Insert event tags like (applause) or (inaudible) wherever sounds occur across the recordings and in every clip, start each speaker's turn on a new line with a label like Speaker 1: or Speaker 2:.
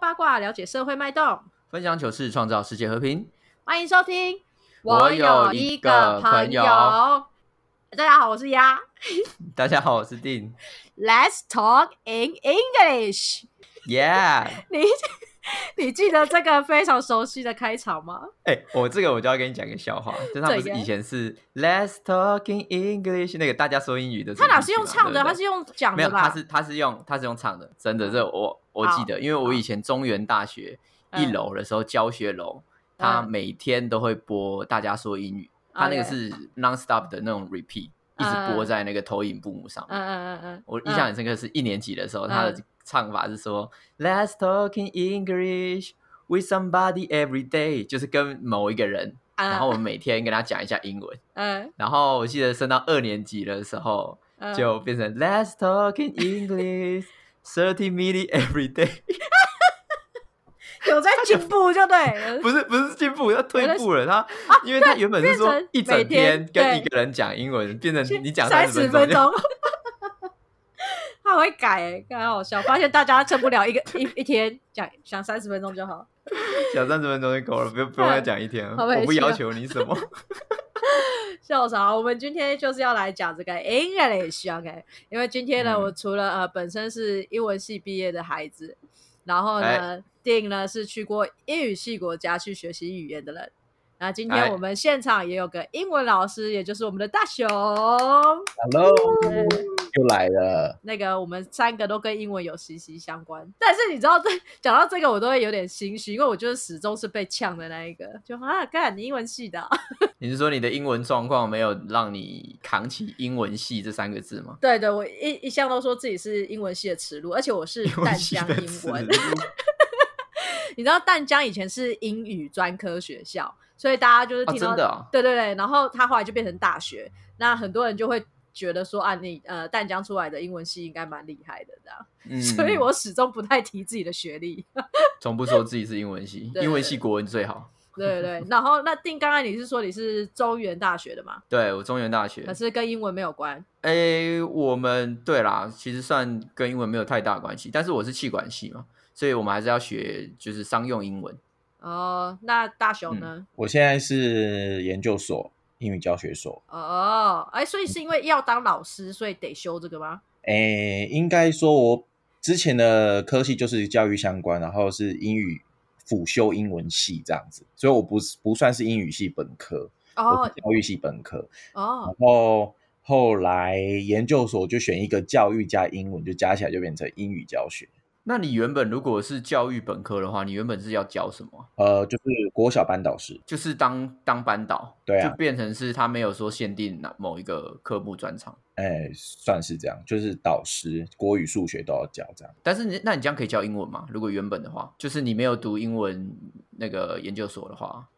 Speaker 1: 八卦，了解社会脉动。
Speaker 2: 分享糗事，创造世界和平。
Speaker 1: 欢迎收听。
Speaker 2: 我有一个朋友
Speaker 1: 大家好，我是鸭。
Speaker 2: 大家好，我是定
Speaker 1: Let's talk in English (laughs)
Speaker 2: ，Yeah。
Speaker 1: 你。你记得这个非常熟悉的开场吗？
Speaker 2: 哎、我这个我就要跟你讲个笑话，就是他不
Speaker 1: 怎
Speaker 2: 是
Speaker 1: 样
Speaker 2: 以前是 Let's talking English 那个大家说英语的这
Speaker 1: 他
Speaker 2: 个地区嘛，
Speaker 1: 哪是用唱的，
Speaker 2: 对不对
Speaker 1: 他是用讲
Speaker 2: 没
Speaker 1: 的
Speaker 2: 有，
Speaker 1: 吧？
Speaker 2: 他是他是用他是用唱的，真的，这我我记得，因为我以前中原大学
Speaker 1: 哦嗯
Speaker 2: 一楼的时候教学楼，他每天都会播大家说英语，他那个
Speaker 1: OK
Speaker 2: 是 non stop 的那种 repeat，一直播
Speaker 1: 哦嗯
Speaker 2: 在那个投影布幕上
Speaker 1: 嗯
Speaker 2: 面。
Speaker 1: 嗯嗯嗯，
Speaker 2: 我印象很深刻，是一年级的时候，
Speaker 1: 嗯
Speaker 2: 他的唱法是说 Let's talk in English with somebody every day，就是跟某一个人，
Speaker 1: 嗯，
Speaker 2: 然后我们每天跟他讲一下英文。
Speaker 1: 嗯
Speaker 2: 然后我记得升到二年级的时候。
Speaker 1: 嗯
Speaker 2: 就变成 Let's talk in English thirty minutes every day， (laughs)
Speaker 1: 有在进步就对了。
Speaker 2: 不是不是进步，他退步了，他
Speaker 1: 啊
Speaker 2: 因为他原本是说
Speaker 1: 变成
Speaker 2: 一整
Speaker 1: 每天
Speaker 2: 天跟
Speaker 1: 对
Speaker 2: 一个人讲英文，变成 (laughs) 你讲
Speaker 1: 三
Speaker 2: 十
Speaker 1: 十分
Speaker 2: 钟就，
Speaker 1: 钟， (laughs) 他会改、欸，太好笑。发现大家撑不了一个一一天，讲讲三十分钟就好。
Speaker 2: 讲三十分钟就够了，不用不用再讲一天了，
Speaker 1: 好委屈啊
Speaker 2: 我不要求你什么。
Speaker 1: 笑死啊！我们今天就是要来讲这个 English，OK？、因为今天呢，
Speaker 2: 嗯
Speaker 1: 我除了呃本身是英文系毕业的孩子，然后呢，
Speaker 2: 哎
Speaker 1: 定呢是去过英语系国家去学习语言的人。那今天
Speaker 2: 哎
Speaker 1: 我们现场也有个英文老师，也就是我们的大熊。
Speaker 3: Hello，又来了。
Speaker 1: 那个我们三个都跟英文有息息相关。但是你知道，这讲到这个，我都会有点心虚，因为我就是始终是被呛的那一个，就啊，干你英文系的啊、
Speaker 2: 你是说你的英文状况没有让你扛起英文系这三个字吗？
Speaker 1: 对对，我一一向都说自己是英文系的耻辱，而且我是
Speaker 2: 英
Speaker 1: 淡
Speaker 2: 文系
Speaker 1: 江
Speaker 2: 的啊
Speaker 1: 英
Speaker 2: 词
Speaker 1: 文。 (laughs) 你知道淡江以前是英语专科学校，所以大家就是
Speaker 2: 啊，
Speaker 1: 听到、
Speaker 2: 真的
Speaker 1: (laughs)
Speaker 2: 哦，
Speaker 1: 对对对，然后他后来就变成大学，那很多人就会觉得说啊，你呃淡江出来的英文系应该蛮厉害的这样，
Speaker 2: 嗯，
Speaker 1: 所以我始终不太提自己的学历。 (laughs)
Speaker 2: 从不说自己是英文系，
Speaker 1: 对
Speaker 2: 英文系国文最好。
Speaker 1: 对对，对，然后那定刚才你是说你是中原大学的嘛？
Speaker 2: 对我中原大学，
Speaker 1: 可是跟英文没有关。
Speaker 2: 诶，我们对啦，其实算跟英文没有太大关系，但是我是气管系嘛，所以我们还是要学就是商用英文。
Speaker 1: 哦，那大雄呢？
Speaker 3: 我现在是研究所英语教学所，
Speaker 2: 嗯
Speaker 1: 哦，哎，所以是因为要当老师，所以得修这个吗？
Speaker 3: 诶，应该说我之前的科系就是教育相关，然后是英语辅修英文系这样子，所以我不是不算是英语系本科，我
Speaker 1: 哦
Speaker 3: 是教育系本科。然
Speaker 1: 哦
Speaker 3: 后后来研究所就选一个教育加英文，就加起来就变成英语教学。
Speaker 2: 那你原本如果是教育本科的话，你原本是要教什么啊？
Speaker 3: 呃，就是国小班导师，
Speaker 2: 就是当当班导，
Speaker 3: 对啊
Speaker 2: 就变成是他没有说限定哪某一个科目专长。
Speaker 3: 哎，算是这样，就是导师国语、数学都要教这样。
Speaker 2: 但是你那你这样可以教英文吗？如果原本的话，就是你没有读英文那个研究所的话，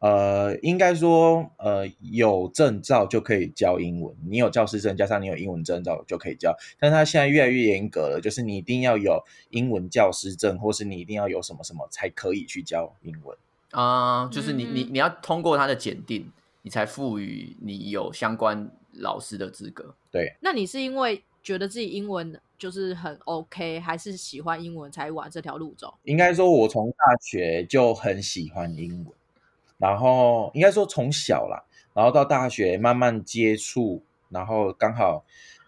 Speaker 3: 呃，应该说，呃，有证照就可以教英文，你有教师证，加上你有英文证照就可以教。但是它现在越来越严格了，就是你一定要有英文教师证，或是你一定要有什么什么才可以去教英文。
Speaker 2: 啊、就是你你
Speaker 1: 嗯
Speaker 2: 你要通过他的检定，你才赋予你有相关老师的资格。
Speaker 1: 那你是因为觉得自己英文就是很 OK，还是喜欢英文才往这条路走？
Speaker 3: 应该说，我从大学就很喜欢英文，然后应该说从小啦，然后到大学慢慢接触，然后刚好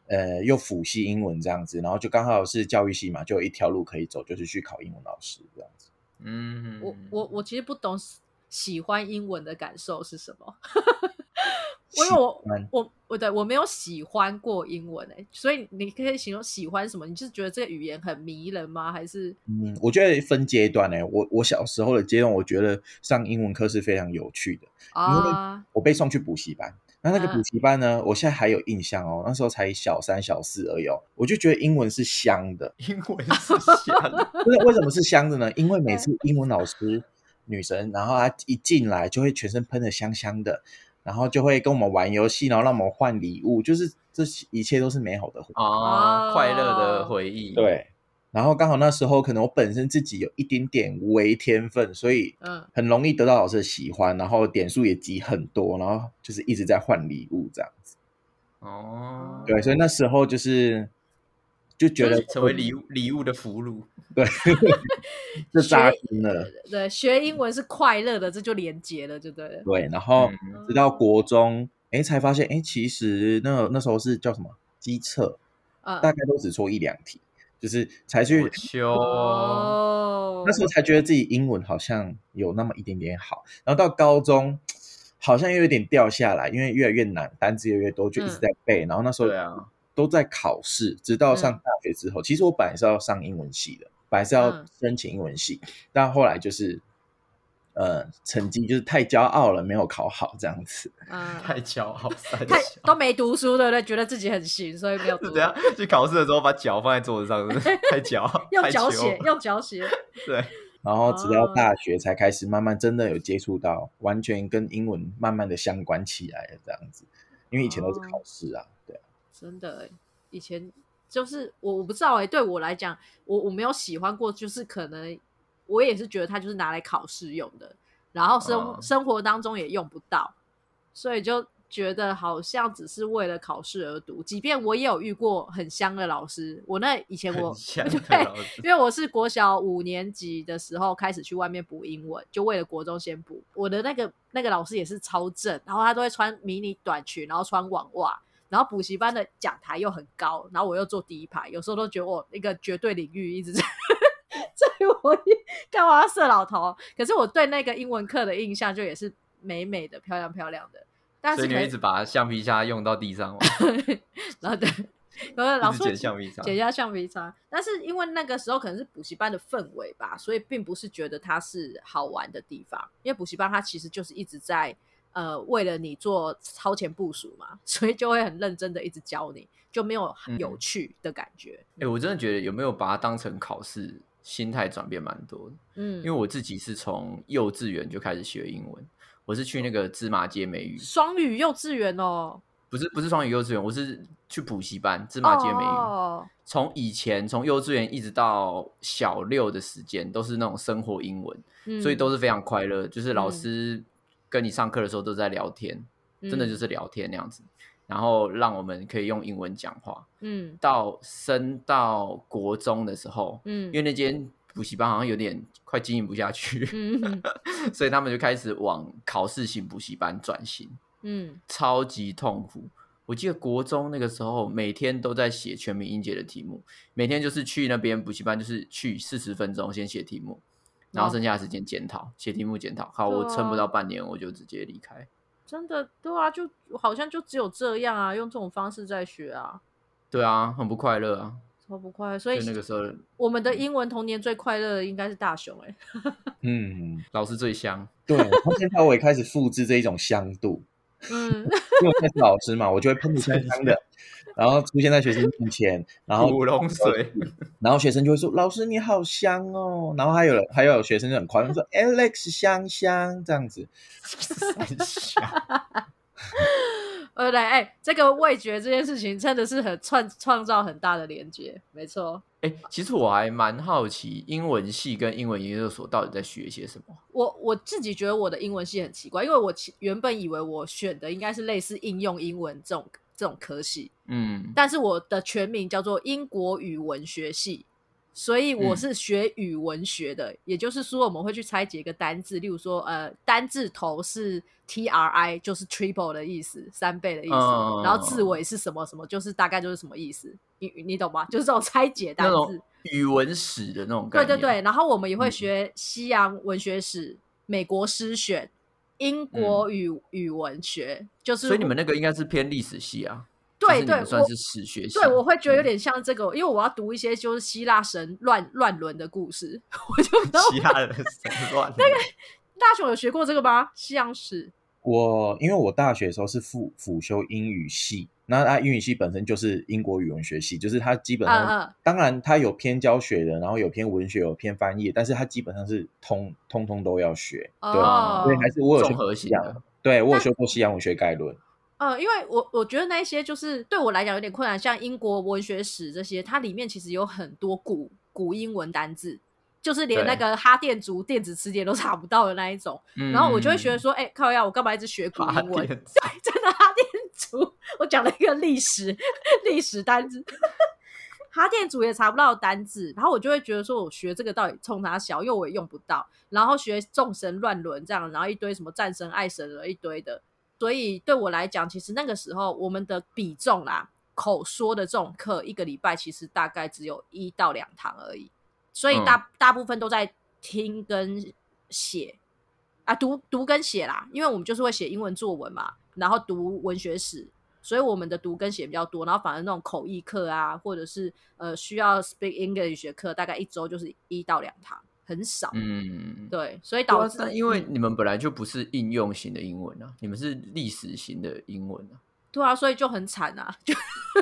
Speaker 3: 呃又辅系英文这样子，然后就刚好是教育系嘛，就有一条路可以走，就是去考英文老师这样子。
Speaker 2: 嗯，
Speaker 1: 我我我其实不懂喜喜欢英文的感受是什么。 (laughs) 因为我
Speaker 3: 喜欢
Speaker 1: 我我对我没有喜欢过英文哎、所以你可以形容喜欢什么？你是觉得这个语言很迷人吗？还是
Speaker 3: 嗯，我觉得分阶段呢、我我小时候的阶段，我觉得上英文课是非常有趣的。
Speaker 1: 啊？
Speaker 3: 我被送去补习班，那那个
Speaker 1: 嗯
Speaker 3: 补习班呢，我现在还有印象哦，那时候才小三小四而已哦，我就觉得英文是香的。
Speaker 2: 英文 (laughs) 嗯是瞎
Speaker 1: (laughs)
Speaker 2: 的，
Speaker 3: 不是为什么是香的呢？因为每次英文老师女神，然后她一进来就会全身喷的香香的，然后就会跟我们玩游戏，然后让我们换礼物，就是这一切都是美好的回忆。
Speaker 2: 哦，
Speaker 1: 哦
Speaker 2: 快乐的回忆。，
Speaker 3: 对，然后刚好那时候可能我本身自己有一点点微天分，所以 (laughs)
Speaker 1: 嗯，
Speaker 3: 很容易得到老师的喜欢，然后点数也积很多，然后就是一直在换礼物这样子。
Speaker 2: 哦，
Speaker 3: 对，所以那时候就是就觉得
Speaker 2: 成为礼物礼物的俘虏。
Speaker 3: 对，就扎心了。
Speaker 1: 对，学英文是快乐的，这就连结了，就对了。
Speaker 3: 对，然后
Speaker 2: 嗯
Speaker 3: 直到国中，哎、才发现，哎、其实那那时候是叫什么机测，
Speaker 1: 嗯
Speaker 3: 大概都只错一两题，就是才去
Speaker 2: 我修
Speaker 1: 哦
Speaker 3: 那时候才觉得自己英文好像有那么一点点好，然后到高中好像又有点掉下来，因为越来越难，单字越来越多，就一直在背。然后那时候
Speaker 2: 对啊
Speaker 3: 都在考试，直到上
Speaker 1: 嗯嗯
Speaker 3: 大学之后，其实我本来是要上英文系的，本来是要
Speaker 1: 嗯
Speaker 3: 申请英文系，但后来就是呃成绩就是太骄傲了，没有考好这样子。
Speaker 1: 嗯
Speaker 2: 太骄傲，太
Speaker 1: 太都没读书，对不对？觉得自己很行，所以
Speaker 2: (laughs)
Speaker 1: 没有读
Speaker 2: 是。怎样？去考试的时候把脚放在桌子上，是不
Speaker 1: (laughs)
Speaker 2: 是太骄傲，
Speaker 1: 用
Speaker 2: 太
Speaker 1: 脚
Speaker 2: 羞
Speaker 1: 写，用脚写。
Speaker 2: (laughs) 对，
Speaker 3: 然后直到
Speaker 1: 哦
Speaker 3: 大学才开始慢慢真的有接触到，完全跟英文慢慢的相关起来了这样子，因为以前都是
Speaker 1: 哦
Speaker 3: 考试啊，对啊。
Speaker 1: 真的欸，以前就是我我不知道哎、对我来讲，我我没有喜欢过，就是可能我也是觉得它就是拿来考试用的，然后生、
Speaker 2: 嗯
Speaker 1: 生活当中也用不到，所以就觉得好像只是为了考试而读。即便我也有遇过很香的老师，我那以前哎我
Speaker 2: 很像
Speaker 1: (laughs) 对
Speaker 2: 的老 (laughs) 师
Speaker 1: 因为我是国小五年级的时候开始去外面补英文，就为了国中先补。我的那个那个老师也是超正，然后他都会穿迷你短裙，然后穿网袜，然后补习班的讲台又很高，然后我又坐第一排，有时候都觉得我那个绝对领域一直在 (laughs) 在我干嘛要射老头？可是我对那个英文课的印象就也是美美的、漂亮漂亮的，但
Speaker 2: 所
Speaker 1: 是
Speaker 2: 以你
Speaker 1: 可
Speaker 2: 会
Speaker 1: 以
Speaker 2: 一直把橡皮擦用到地上吗？
Speaker 1: 然后对，然 (laughs) 后老
Speaker 2: 一
Speaker 1: 师
Speaker 2: 直
Speaker 1: 会
Speaker 2: 捡橡皮擦，
Speaker 1: 解一下橡皮擦。但是因为那个时候可能是补习班的氛围吧，所以并不是觉得它是好玩的地方，因为补习班它其实就是一直在呃为了你做超前部署嘛， (laughs) 所以就会很认真的一直教你，就没有
Speaker 2: 嗯
Speaker 1: 有趣的感觉。
Speaker 2: 哎、我真的觉得有没有把它当成考试，心态转变蛮多的。
Speaker 1: 嗯，
Speaker 2: 因为我自己是从幼稚园就开始学英文，我是去那个芝麻街美语，
Speaker 1: 双语幼稚园哦，
Speaker 2: 不是不是双语幼稚园，我是去补习班芝麻街美语。
Speaker 1: 哦，
Speaker 2: 从以前从幼稚园一直到小六的时间，都是那种生活英文，
Speaker 1: 嗯
Speaker 2: 所以都是非常快乐。就是老
Speaker 1: 嗯
Speaker 2: 师跟你上课的时候都在聊天，真的就
Speaker 1: 嗯
Speaker 2: 是聊天那样子，然后让我们可以用英文讲话。
Speaker 1: 嗯
Speaker 2: 到升到国中的时候，
Speaker 1: 嗯，
Speaker 2: 因为那间补习班好像有点快经营不下去，
Speaker 1: 嗯
Speaker 2: 所以他们就开始往考试型补习班转型，
Speaker 1: 嗯 (laughs)
Speaker 2: 超级痛苦。我记得国中那个时候，每天都在写全民英杰的题目，每天就是去那边补习班，就是去四十分钟先写题目，然后剩下的时间检讨，写题目检讨。好，
Speaker 1: 对
Speaker 2: 我撑不到
Speaker 1: 啊
Speaker 2: 半年，我就直接离开。
Speaker 1: 真的对啊，就好像就只有这样啊，用这种方式在学啊，
Speaker 2: 对啊，很不快乐啊。
Speaker 1: 超不快乐。所
Speaker 2: 就
Speaker 1: 以
Speaker 2: 那个时候，嗯
Speaker 1: 我们的英文童年最快乐的应该是大雄哎、欸，
Speaker 3: 嗯，
Speaker 2: 老师最香。
Speaker 3: 对。然后现在我也开始复制这一种香度，
Speaker 1: 嗯， (laughs)
Speaker 3: 因为我现在是老师嘛，我就会喷的香香的，然后出现在学生面前，然后
Speaker 2: 古龙
Speaker 3: (laughs)
Speaker 2: 水，
Speaker 3: 然后学生就会说：“老师你好香哦。”然后还有人还有学生就很夸张说：“Alex 香香这样子。
Speaker 2: 三峡
Speaker 1: 呃，来，哎、这个味觉这件事情真的是很创创造很大的连接，没错。
Speaker 2: 哎、其实我还蛮好奇，英文系跟英文研究所到底在学些什么？
Speaker 1: 我我自己觉得我的英文系很奇怪，因为我其原本以为我选的应该是类似应用英文这种这种科系，
Speaker 2: 嗯，
Speaker 1: 但是我的全名叫做英国语文学系，所以
Speaker 2: 嗯
Speaker 1: 我是学语文学的，也就是说我们会去拆解一个单字，例如说呃单字头是 T R I，就是 triple 的意思，三倍的意思，
Speaker 2: 嗯
Speaker 1: 然后字尾是什么什么，就是大概就是什么意思，你你懂吗？就是这种拆解单
Speaker 2: 那
Speaker 1: 字
Speaker 2: 种，语文史的那种概
Speaker 1: 对
Speaker 2: 念。
Speaker 1: 对对，，然后我们也会
Speaker 2: 嗯
Speaker 1: 学西洋文学史、美国诗选、英国语、语文学，就是
Speaker 2: 所以你们那个应该是偏历史系啊？
Speaker 1: 对
Speaker 2: 就是你
Speaker 1: 对
Speaker 2: 们
Speaker 1: 我。
Speaker 2: 算是史学系。
Speaker 1: 对，我会觉得有
Speaker 2: 嗯
Speaker 1: 点像这个，因为我要读一些就是希腊神乱乱伦的故事， (laughs) 我就不知道
Speaker 2: 其他人很乱。那个
Speaker 1: 大雄有学过这个吗？西洋史，
Speaker 3: 我因为我大学的时候是辅辅修英语系，那它英语系本身就是英国语文学系，就是它基本上，
Speaker 1: 嗯嗯
Speaker 3: 当然它有偏教学的，然后有偏文学，有偏翻译，但是它基本上是通通通都要学。对，啊
Speaker 1: 哦
Speaker 3: 所以还是我有
Speaker 2: 啊综
Speaker 3: 修过
Speaker 2: 合
Speaker 3: 西
Speaker 2: 型
Speaker 3: 洋
Speaker 2: 的，
Speaker 3: 对我有修过西洋文学概论。
Speaker 1: 呃，因为我我觉得那一些就是对我来讲有点困难，像英国文学史这些，它里面其实有很多古古英文单字，就是连
Speaker 2: 对
Speaker 1: 那个哈电族电子词典都查不到的那一种，
Speaker 2: 嗯
Speaker 1: 然后我就会觉得说，哎、靠呀，我干嘛一直学古
Speaker 2: 八
Speaker 1: 英文？ (laughs)
Speaker 2: 点
Speaker 1: 真的哈电族，我讲了一个历史历史单字， (laughs) 哈电组也查不到单字，然后我就会觉得说，我学这个到底冲啥小，因为我也用不到，然后学众神乱伦这样，然后一堆什么战神、爱神了一堆的，所以对我来讲，其实那个时候我们的比重啦，口说的这种课，一个礼拜其实大概只有一到两堂而已，所以大、大部分都在听跟写啊，读读跟写啦，因为我们就是会写英文作文嘛，然后读文学史，所以我们的读跟写比较多，然后反而那种口译课啊，或者是呃需要 speak English 的课，大概一周就是一到两堂，很少。
Speaker 2: 嗯，
Speaker 1: 对，所以
Speaker 2: 对
Speaker 1: 导
Speaker 2: 啊，
Speaker 1: 致、嗯
Speaker 2: 但因为你们本来就不是应用型的英文啊，你们是历史型的英文啊。
Speaker 1: 对啊，所以就很惨啊，就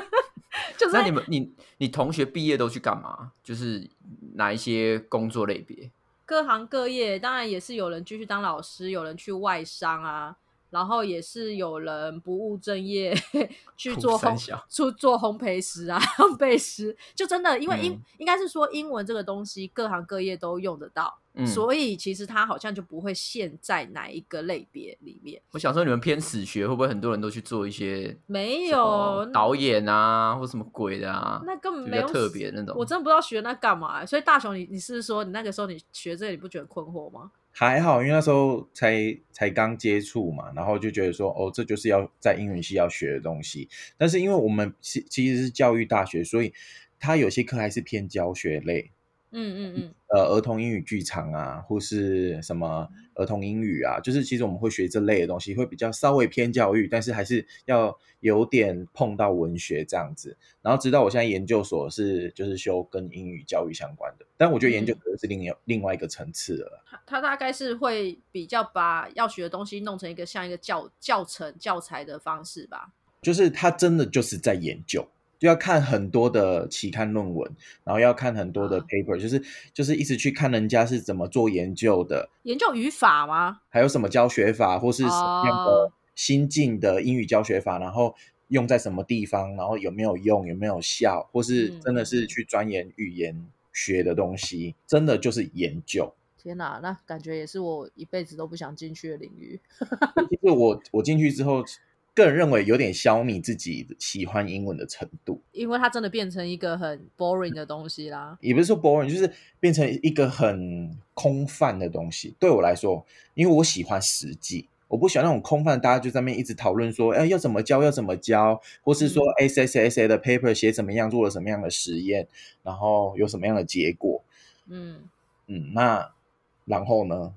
Speaker 1: (laughs) 就是
Speaker 2: 那你们你你同学毕业都去干嘛？就是哪一些工作类别？
Speaker 1: 各行各业，当然也是有人继续当老师，有人去外商啊，然后也是有人不务正业 (laughs) 去做
Speaker 2: 苦
Speaker 1: 烘
Speaker 2: 三小
Speaker 1: 去做烘焙师啊， (laughs) 烘焙师就真的因为英、
Speaker 2: 嗯
Speaker 1: 应该是说英文这个东西，各行各业都用得到，
Speaker 2: 嗯，
Speaker 1: 所以其实它好像就不会限在哪一个类别里面，
Speaker 2: 我想说你们偏史学会不会很多人都去做一些
Speaker 1: 没
Speaker 2: 什么
Speaker 1: 有
Speaker 2: 导演啊或什么鬼的啊？
Speaker 1: 那根本
Speaker 2: 就比
Speaker 1: 没
Speaker 2: 较
Speaker 1: 有
Speaker 2: 特别的那种。
Speaker 1: 我真的不知道学那干嘛、欸所以大雄你，你是不是说你那个时候你学这个你不觉得很困惑吗？
Speaker 3: 还好，因为那时候才才刚接触嘛，然后就觉得说，哦，这就是要在英语系要学的东西。但是因为我们其其实是教育大学，所以它有些课还是偏教学类，
Speaker 1: 嗯嗯嗯，
Speaker 3: 呃，儿童英语剧场啊，或是什么儿童英语啊，就是其实我们会学这类的东西，会比较稍微偏教育，但是还是要有点碰到文学这样子。然后直到我现在研究所是就是修跟英语教育相关的，但我觉得研究所是另一另外一个层次了啦。
Speaker 1: 他他大概是会比较把要学的东西弄成一个像一个教教程教材的方式吧。
Speaker 3: 就是他真的就是在研究，就要看很多的期刊论文，然后要看很多的
Speaker 1: 啊
Speaker 3: paper，、就是就是一直去看人家是怎么做研究的，
Speaker 1: 研究语法吗？
Speaker 3: 还有什么教学法或是什么样
Speaker 1: 哦
Speaker 3: 的新进的英语教学法，然后用在什么地方，然后有没有用，有没有效，或是
Speaker 1: 嗯
Speaker 3: 真的是去钻研语言学的东西，真的就是研究。
Speaker 1: 天哪，那感觉也是我一辈子都不想进去的领域。
Speaker 3: 其实我我进去之后，个人认为有点消弭自己喜欢英文的程度。
Speaker 1: 因为它真的变成一个很 boring 的东西啦。
Speaker 3: 也不是说 boring，就是变成一个很空泛的东西。对我来说，因为我喜欢实际，我不喜欢那种空泛，大家就在那边一直讨论说，哎，要怎么教，要怎么教，或是说哎 S S S A 的 paper 写怎么样，做了什么样的实验，然后有什么样的结果。
Speaker 1: 嗯，
Speaker 3: 嗯，那然后呢？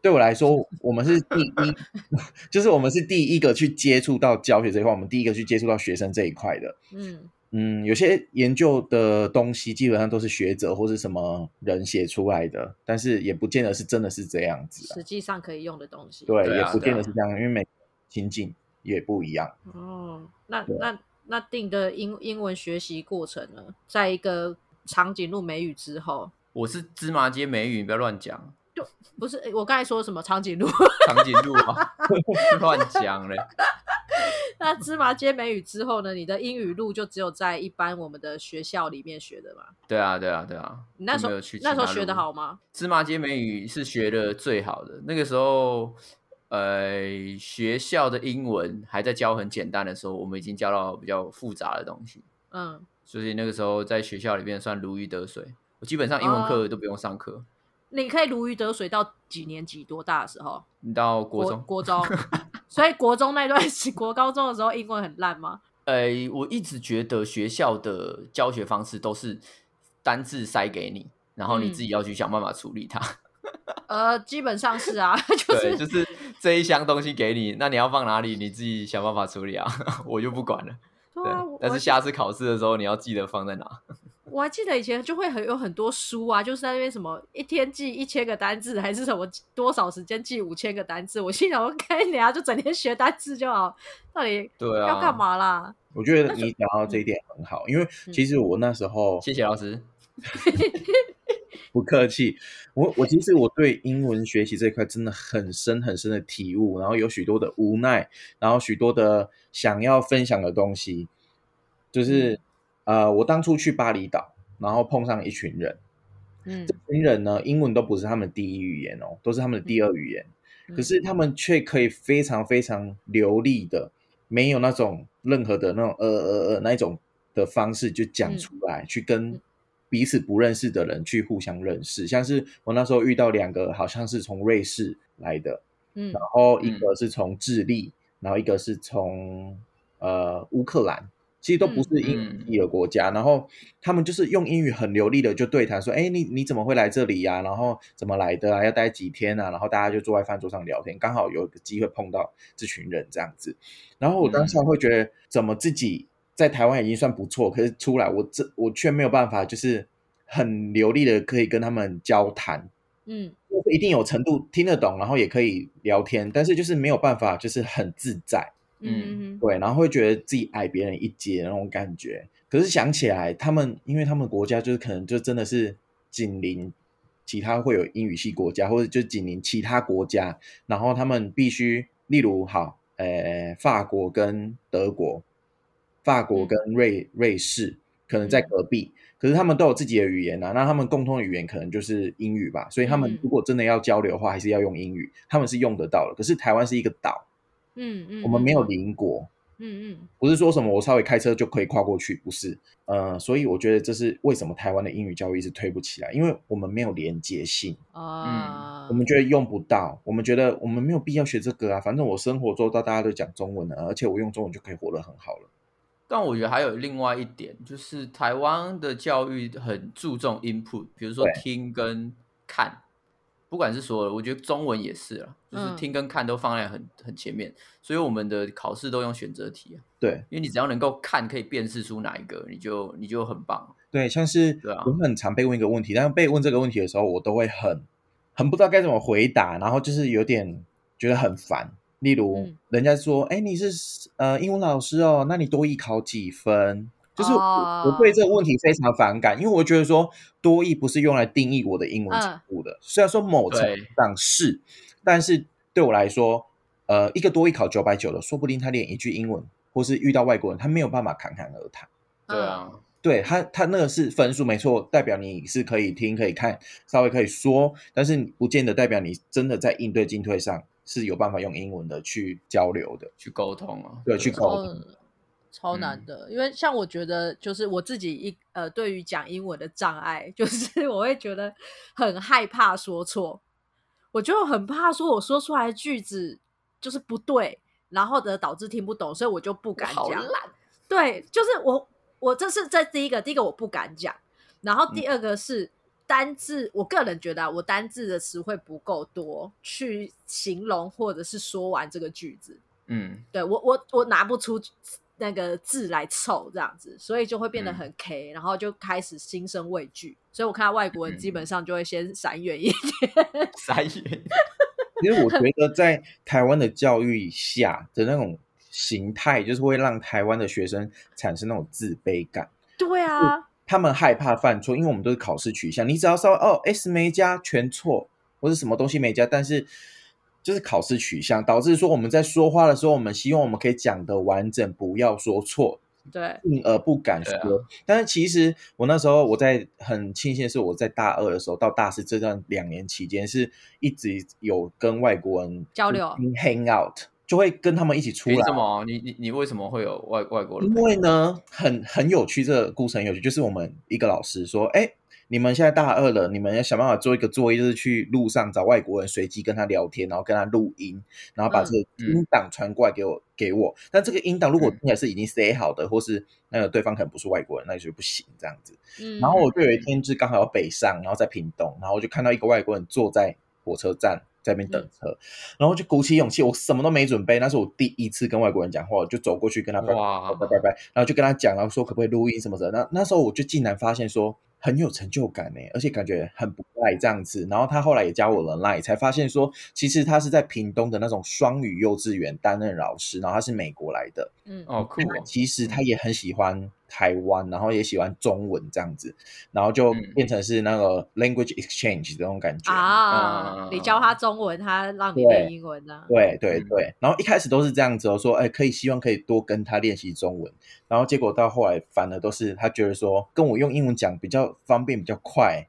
Speaker 3: 对我来说，我们是第一， (laughs) 就是我们是第一个去接触到教学这一块，我们第一个去接触到学生这一块的。
Speaker 1: 嗯，
Speaker 3: 嗯，有些研究的东西基本上都是学者或是什么人写出来的，但是也不见得是真的是这样子、啊。
Speaker 1: 实际上可以用的东西。
Speaker 3: 对，
Speaker 2: 对啊
Speaker 3: 也不见得是这样，因为每个情境也不一样。
Speaker 1: 哦，那
Speaker 3: 对
Speaker 1: 那那定的英英文学习过程呢，在一个长颈鹿美语之后，
Speaker 2: 我是芝麻街美语，你不要乱讲，
Speaker 1: 不是诶我刚才说什么长颈鹿？ (laughs)
Speaker 2: 长颈鹿啊， (laughs) 乱讲嘞。
Speaker 1: 那芝麻街美语之后呢？你的英语路就只有在一般我们的学校里面学的嘛？
Speaker 2: 对啊，对啊，对啊。
Speaker 1: 你那时
Speaker 2: 就没
Speaker 1: 候
Speaker 2: 有去其
Speaker 1: 那时候
Speaker 2: 他
Speaker 1: 学的
Speaker 2: 路
Speaker 1: 好吗？
Speaker 2: 芝麻街美语是学的最好的。那个时候，呃，学校的英文还在教很简单的时候，我们已经教到比较复杂的东西，
Speaker 1: 嗯，
Speaker 2: 所以那个时候在学校里面算如鱼得水。我基本上英文
Speaker 1: 哦
Speaker 2: 课都不用上课，
Speaker 1: 你可以如鱼得水到几年级多大的时候？
Speaker 2: 你到国中，
Speaker 1: 国中， (laughs) 所以国中那段时国高中的时候英文很烂吗？
Speaker 2: 呃，我一直觉得学校的教学方式都是单字塞给你，然后你
Speaker 1: 嗯
Speaker 2: 自己要去想办法处理它。
Speaker 1: 呃，基本上是啊， (laughs) 就
Speaker 2: 对，
Speaker 1: 是
Speaker 2: 就是这一箱东西给你，那你要放哪里，你自己想办法处理啊， (laughs) 我就不管了。
Speaker 1: 对啊，
Speaker 2: 对
Speaker 1: 我，
Speaker 2: 但
Speaker 1: 我
Speaker 2: 是下次考试的时候，你要记得放在哪。
Speaker 1: 我还记得以前就会很有很多书啊，就是在那边什么一天记一千个单字，还是什么多少时间记五千个单字。我心想，我该你啊，就整天学单字就好，到底
Speaker 2: 对啊，
Speaker 1: 要干？嘛啦？
Speaker 3: 我觉得你讲到这一点很好，因为其嗯实我那时候
Speaker 2: 谢谢老师。
Speaker 3: 不客气，我我其实我对英文学习这一块真的很深很深的体悟，然后有许多的无奈，然后许多的想要分享的东西，就是呃，我当初去巴厘岛，然后碰上一群人，
Speaker 1: 嗯
Speaker 3: 这群人呢，英文都不是他们第一语言哦，都是他们的第二语言，
Speaker 1: 嗯
Speaker 3: 可是他们却可以非常非常流利的，没有那种任何的那种呃呃呃那一种的方式就讲出来，去跟彼此不认识的人去互相认识。像是我那时候遇到两个好像是从瑞士来的，
Speaker 1: 嗯
Speaker 3: 然后一个是从智利，然后一个是从呃乌克兰，其实都
Speaker 1: 嗯
Speaker 3: 不是英语系的国家。然后他们就是用英语很流利的就对谈说：“哎，你你怎么会来这里呀、然后怎么来的啊？要待几天啊？”然后大家就坐在饭桌上聊天，刚好有个机会碰到这群人这样子。然后我
Speaker 1: 嗯
Speaker 3: 当下会觉得，怎么自己在台湾已经算不错，可是出来我这我却没有办法，就是很流利的可以跟他们交谈，
Speaker 1: 嗯
Speaker 3: 就是一定有程度听得懂，然后也可以聊天，但是就是没有办法，就是很自在，
Speaker 1: 嗯
Speaker 3: 对，然后会觉得自己矮别人一截那种感觉。可是想起来，他们因为他们国家就是可能就真的是紧邻其他会有英语系国家，或者就紧邻其他国家，然后他们必须，例如好，呃，法国跟德国，法
Speaker 1: 嗯
Speaker 3: 国跟瑞、瑞士可能在隔壁，可是他们都有自己的语言啊，那他们共通的语言可能就是英语吧，所以他们
Speaker 1: 嗯
Speaker 3: 如果真的要交流的话，还是要用英语，他们是用得到的。可是台湾是一个岛，
Speaker 1: 嗯嗯，
Speaker 3: 我们没有邻国，
Speaker 1: 嗯嗯
Speaker 3: 不是说什么我稍微开车就可以跨过去，不是，呃，所以我觉得这是为什么台湾的英语教育一直推不起来，因为我们没有连接性，
Speaker 1: 啊，
Speaker 3: 嗯我们觉得用不到，我们觉得我们没有必要学这个啊，反正我生活周到大家都讲中文了，而且我用中文就可以活得很好了。
Speaker 2: 但我觉得还有另外一点，就是台湾的教育很注重 input，比如说
Speaker 3: 对
Speaker 2: 听跟看，不管是所有的，我觉得中文也是啦，就是
Speaker 1: 嗯
Speaker 2: 听跟看都放在很很前面，所以我们的考试都用选择题啊，
Speaker 3: 对
Speaker 2: 因为你只要能够看，可以辨识出哪一个，你就你就很棒。
Speaker 3: 对，像是
Speaker 2: 对啊
Speaker 3: 我很常被问一个问题，但是被问这个问题的时候，我都会很很不知道该怎么回答，然后就是有点觉得很烦。例如
Speaker 1: 嗯，
Speaker 3: 人家说：“哎、你是呃英文老师哦，那你多艺考几分？”就是我,、我
Speaker 2: 哦
Speaker 3: 对这个问题非常反感，因为我觉得说多艺不是用来定义我的英文程度的。虽然说某程
Speaker 2: 嗯对
Speaker 3: 度上是，但是对我来说，呃，一个多艺考九百九的，说不定他连一句英文或是遇到外国人，他没有办法侃侃而谈。
Speaker 2: 对
Speaker 1: 嗯
Speaker 2: 啊，
Speaker 3: 对他，他那个是分数没错，代表你是可以听、可以看，稍微可以说，但是不见得代表你真的在应对进退上是有办法用英文的去交流的。
Speaker 2: 去沟通啊，
Speaker 3: 对去沟
Speaker 2: 啊
Speaker 3: 通
Speaker 1: 超嗯超难的，因为像我觉得，就是我自己一呃，对于讲英文的障碍， (laughs) 就是我会觉得很害怕说错，我就很怕说我说出来的句子就是不对，然后呢导致听不懂，所以我就不敢
Speaker 2: 好
Speaker 1: 讲。
Speaker 2: 烂，
Speaker 1: 对，就是我我这是这第一个，第一个我不敢讲，然后第二个是单字，我个人觉得、啊、我单字的词汇不够多，去形容或者是说完这个句子。
Speaker 2: 嗯，
Speaker 1: 对我我我拿不出那个字来凑这样子，所以就会变得
Speaker 2: 嗯
Speaker 1: 很 K，、然后就开始心生畏惧。所以我看到外国人基
Speaker 3: 嗯
Speaker 1: 本上就会先闪远一点。
Speaker 2: (laughs)
Speaker 1: (laughs)
Speaker 2: 傻眼，
Speaker 3: 其实我觉得在台湾的教育下的那种形态，就是会让台湾的学生产生那种自卑感。
Speaker 1: 对啊，
Speaker 3: 他们害怕犯错，因为我们都是考试取向，你只要稍微哦 S 没加全错，或是什么东西没加，但是就是考试取向，导致说我们在说话的时候，我们希望我们可以讲的完整，不要说错，
Speaker 1: 对，
Speaker 3: 进而不敢
Speaker 2: 对啊
Speaker 3: 说。但是其实我那时候我在很庆幸的是，我在大二的时候到大四这段两年期间，是一直有跟外国人
Speaker 1: 交流
Speaker 3: 就是，hang out，就会跟他们一起出
Speaker 2: 凭
Speaker 3: 来
Speaker 2: 什。么？你你你为什么会有外外国人
Speaker 3: 因
Speaker 2: 朋友？
Speaker 3: 为呢，很很有趣，这个故事很有趣，就是我们一个老师说，哎、你们现在大二了，你们要想办法做一个作业，就是去路上找外国人，随机跟他聊天，然后跟他录音，然后
Speaker 1: 嗯
Speaker 3: 把
Speaker 1: 嗯
Speaker 3: 这个音档传过来给我、给我。但这个音档如果听起来是已经 say 好的，或是那个对方可能不是外国人，那就不行这样子。
Speaker 1: 嗯，
Speaker 3: 然后我就有一天就是刚好要北上，然后在屏东，然后我就看到一个外国人坐在火车站在那边等
Speaker 1: 嗯
Speaker 3: 车，然后就鼓起勇气，我什么都没准备，那是我第一次跟外国人讲话，我就走过去跟他拜拜
Speaker 2: 哇
Speaker 3: 拜拜拜，然后就跟他讲，然后说可不可以录音什么的。那那时候我就竟然发现说很有成就感呢、欸而且感觉很不赖这样子。然后他后来也加我了 line，才发现说其实他是在屏东的那种双语幼稚园担任老师，然后他是美国来的。
Speaker 1: 嗯
Speaker 2: 哦，酷哦，
Speaker 3: 其实他也很喜欢台湾，然后也喜欢中文这样子，然后就
Speaker 2: 嗯
Speaker 3: 变成是那个 language exchange 这种感觉。
Speaker 1: 啊，你教他中文，他让你练
Speaker 3: 嗯对
Speaker 1: 英文呢、啊。
Speaker 3: 对对
Speaker 2: 嗯
Speaker 3: 对，然后一开始都是这样子哦，说哎，可以希望可以多跟他练习中文，然后结果到后来反而都是他觉得说跟我用英文讲比较方便比较快，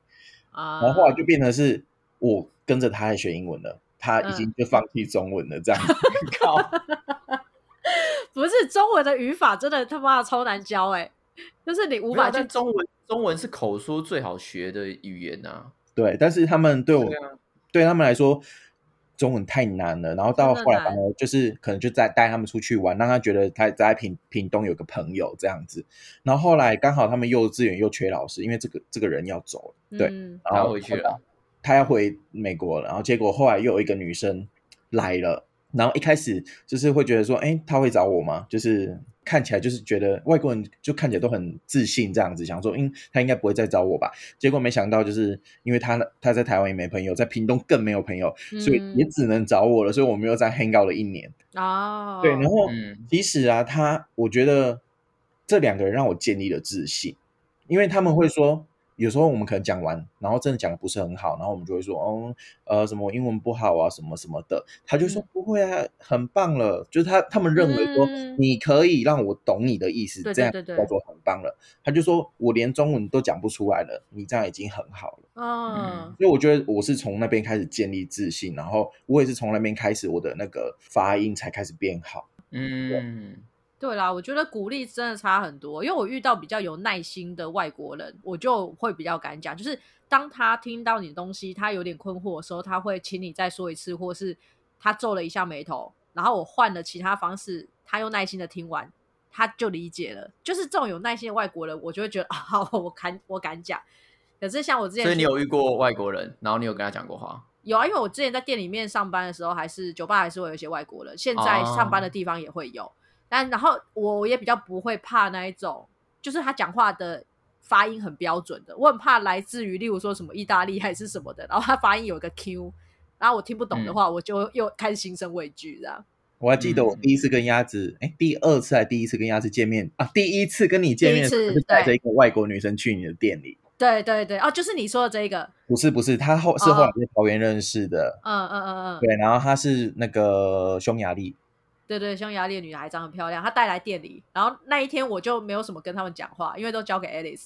Speaker 1: 啊，
Speaker 3: 然后后来
Speaker 1: (laughs)
Speaker 3: 就变成是我跟着他在学英文了，他已经
Speaker 1: 嗯
Speaker 3: 就放弃中文了这样。
Speaker 2: 靠，
Speaker 1: 不是中文的语法真的他妈的超难教哎、就是你无
Speaker 2: 无
Speaker 1: 法
Speaker 2: 但
Speaker 1: 去
Speaker 2: 中文中文是口说最好学的语言呐、
Speaker 3: 对，但是他们对我
Speaker 2: 对啊，
Speaker 3: 对他们来说，中文太难了。然后到
Speaker 1: 真的
Speaker 3: 后来
Speaker 1: 难
Speaker 3: 反而就是可能就再带他们出去玩，让他觉得他在屏屏东有个朋友这样子。然后后来刚好他们幼稚园又缺老师，因为这个这个人要走了，对，
Speaker 1: 嗯
Speaker 3: 然后
Speaker 2: 他回去了，
Speaker 3: 他要回美国了。然后结果后来又有一个女生来了，然后一开始就是会觉得说，哎，他会找我吗？就是。看起来就是觉得外国人就看起来都很自信这样子，想说，嗯，他应该不会再找我吧？结果没想到，就是因为他他在台湾也没朋友，在屏东更没有朋友，所以
Speaker 1: 嗯
Speaker 3: 也只能找我了，所以我们又在 hang out 了一年。
Speaker 1: 啊，哦
Speaker 3: 对，然后
Speaker 2: 嗯，
Speaker 3: 其实啊，他我觉得这两个人让我建立了自信，因为他们会说，有时候我们可能讲完，然后真的讲的不是很好，然后我们就会说，哦，呃，什么英文不好啊，什么什么的，他就说、
Speaker 1: 嗯
Speaker 3: 不会啊，很棒了，就是他他们认为说。
Speaker 1: 嗯
Speaker 3: 你可以让我懂你的意思，
Speaker 1: 对对
Speaker 3: 这样
Speaker 1: 对对
Speaker 3: 叫做很棒了。他就说，我连中文都讲不出来了，你这样已经很好了。
Speaker 1: 嗯
Speaker 3: 所以我觉得我是从那边开始建立自信，然后我也是从那边开始我的那个发音才开始变好。
Speaker 2: 嗯，
Speaker 1: 对啦，我觉得鼓励真的差很多，因为我遇到比较有耐心的外国人，我就会比较敢讲。就是当他听到你的东西，他有点困惑的时候，他会请你再说一次，或是他皱了一下眉头，然后我换了其他方式，他又耐心的听完，他就理解了。就是这种有耐心的外国人，我就会觉得 (laughs) 啊，好，我敢，我敢讲。可是像我之前去，
Speaker 2: 所以你有遇过外国人，然后你有跟他讲过话，
Speaker 1: 有啊，因为我之前在店里面上班的时候，还是酒吧还是会有一些外国人，现在上班的地方也会有。但然后我也比较不会怕那一种，就是他讲话的发音很标准的，我很怕来自于例如说什么意大利还是什么的，然后他发音有一个 Q，然后我听不懂的话，我就又开始心生畏惧这样。
Speaker 3: 我还
Speaker 1: 嗯
Speaker 3: 记得我第一次跟鸭子，哎、第二次还是第一次跟鸭子见面啊，第一次跟你见面
Speaker 1: 第一次
Speaker 3: 是带着一个外国女生去你的店里，
Speaker 1: 对对对，哦，就是你说的这一个，
Speaker 3: 不是不是，她后是
Speaker 1: 哦
Speaker 3: 后来在桃园认识的，
Speaker 1: 嗯嗯嗯嗯，
Speaker 3: 对，然后她是那个匈牙利，
Speaker 1: 对对，匈牙利的女孩长得很漂亮，她带来店里，然后那一天我就没有什么跟他们讲话，因为都交给 Alice。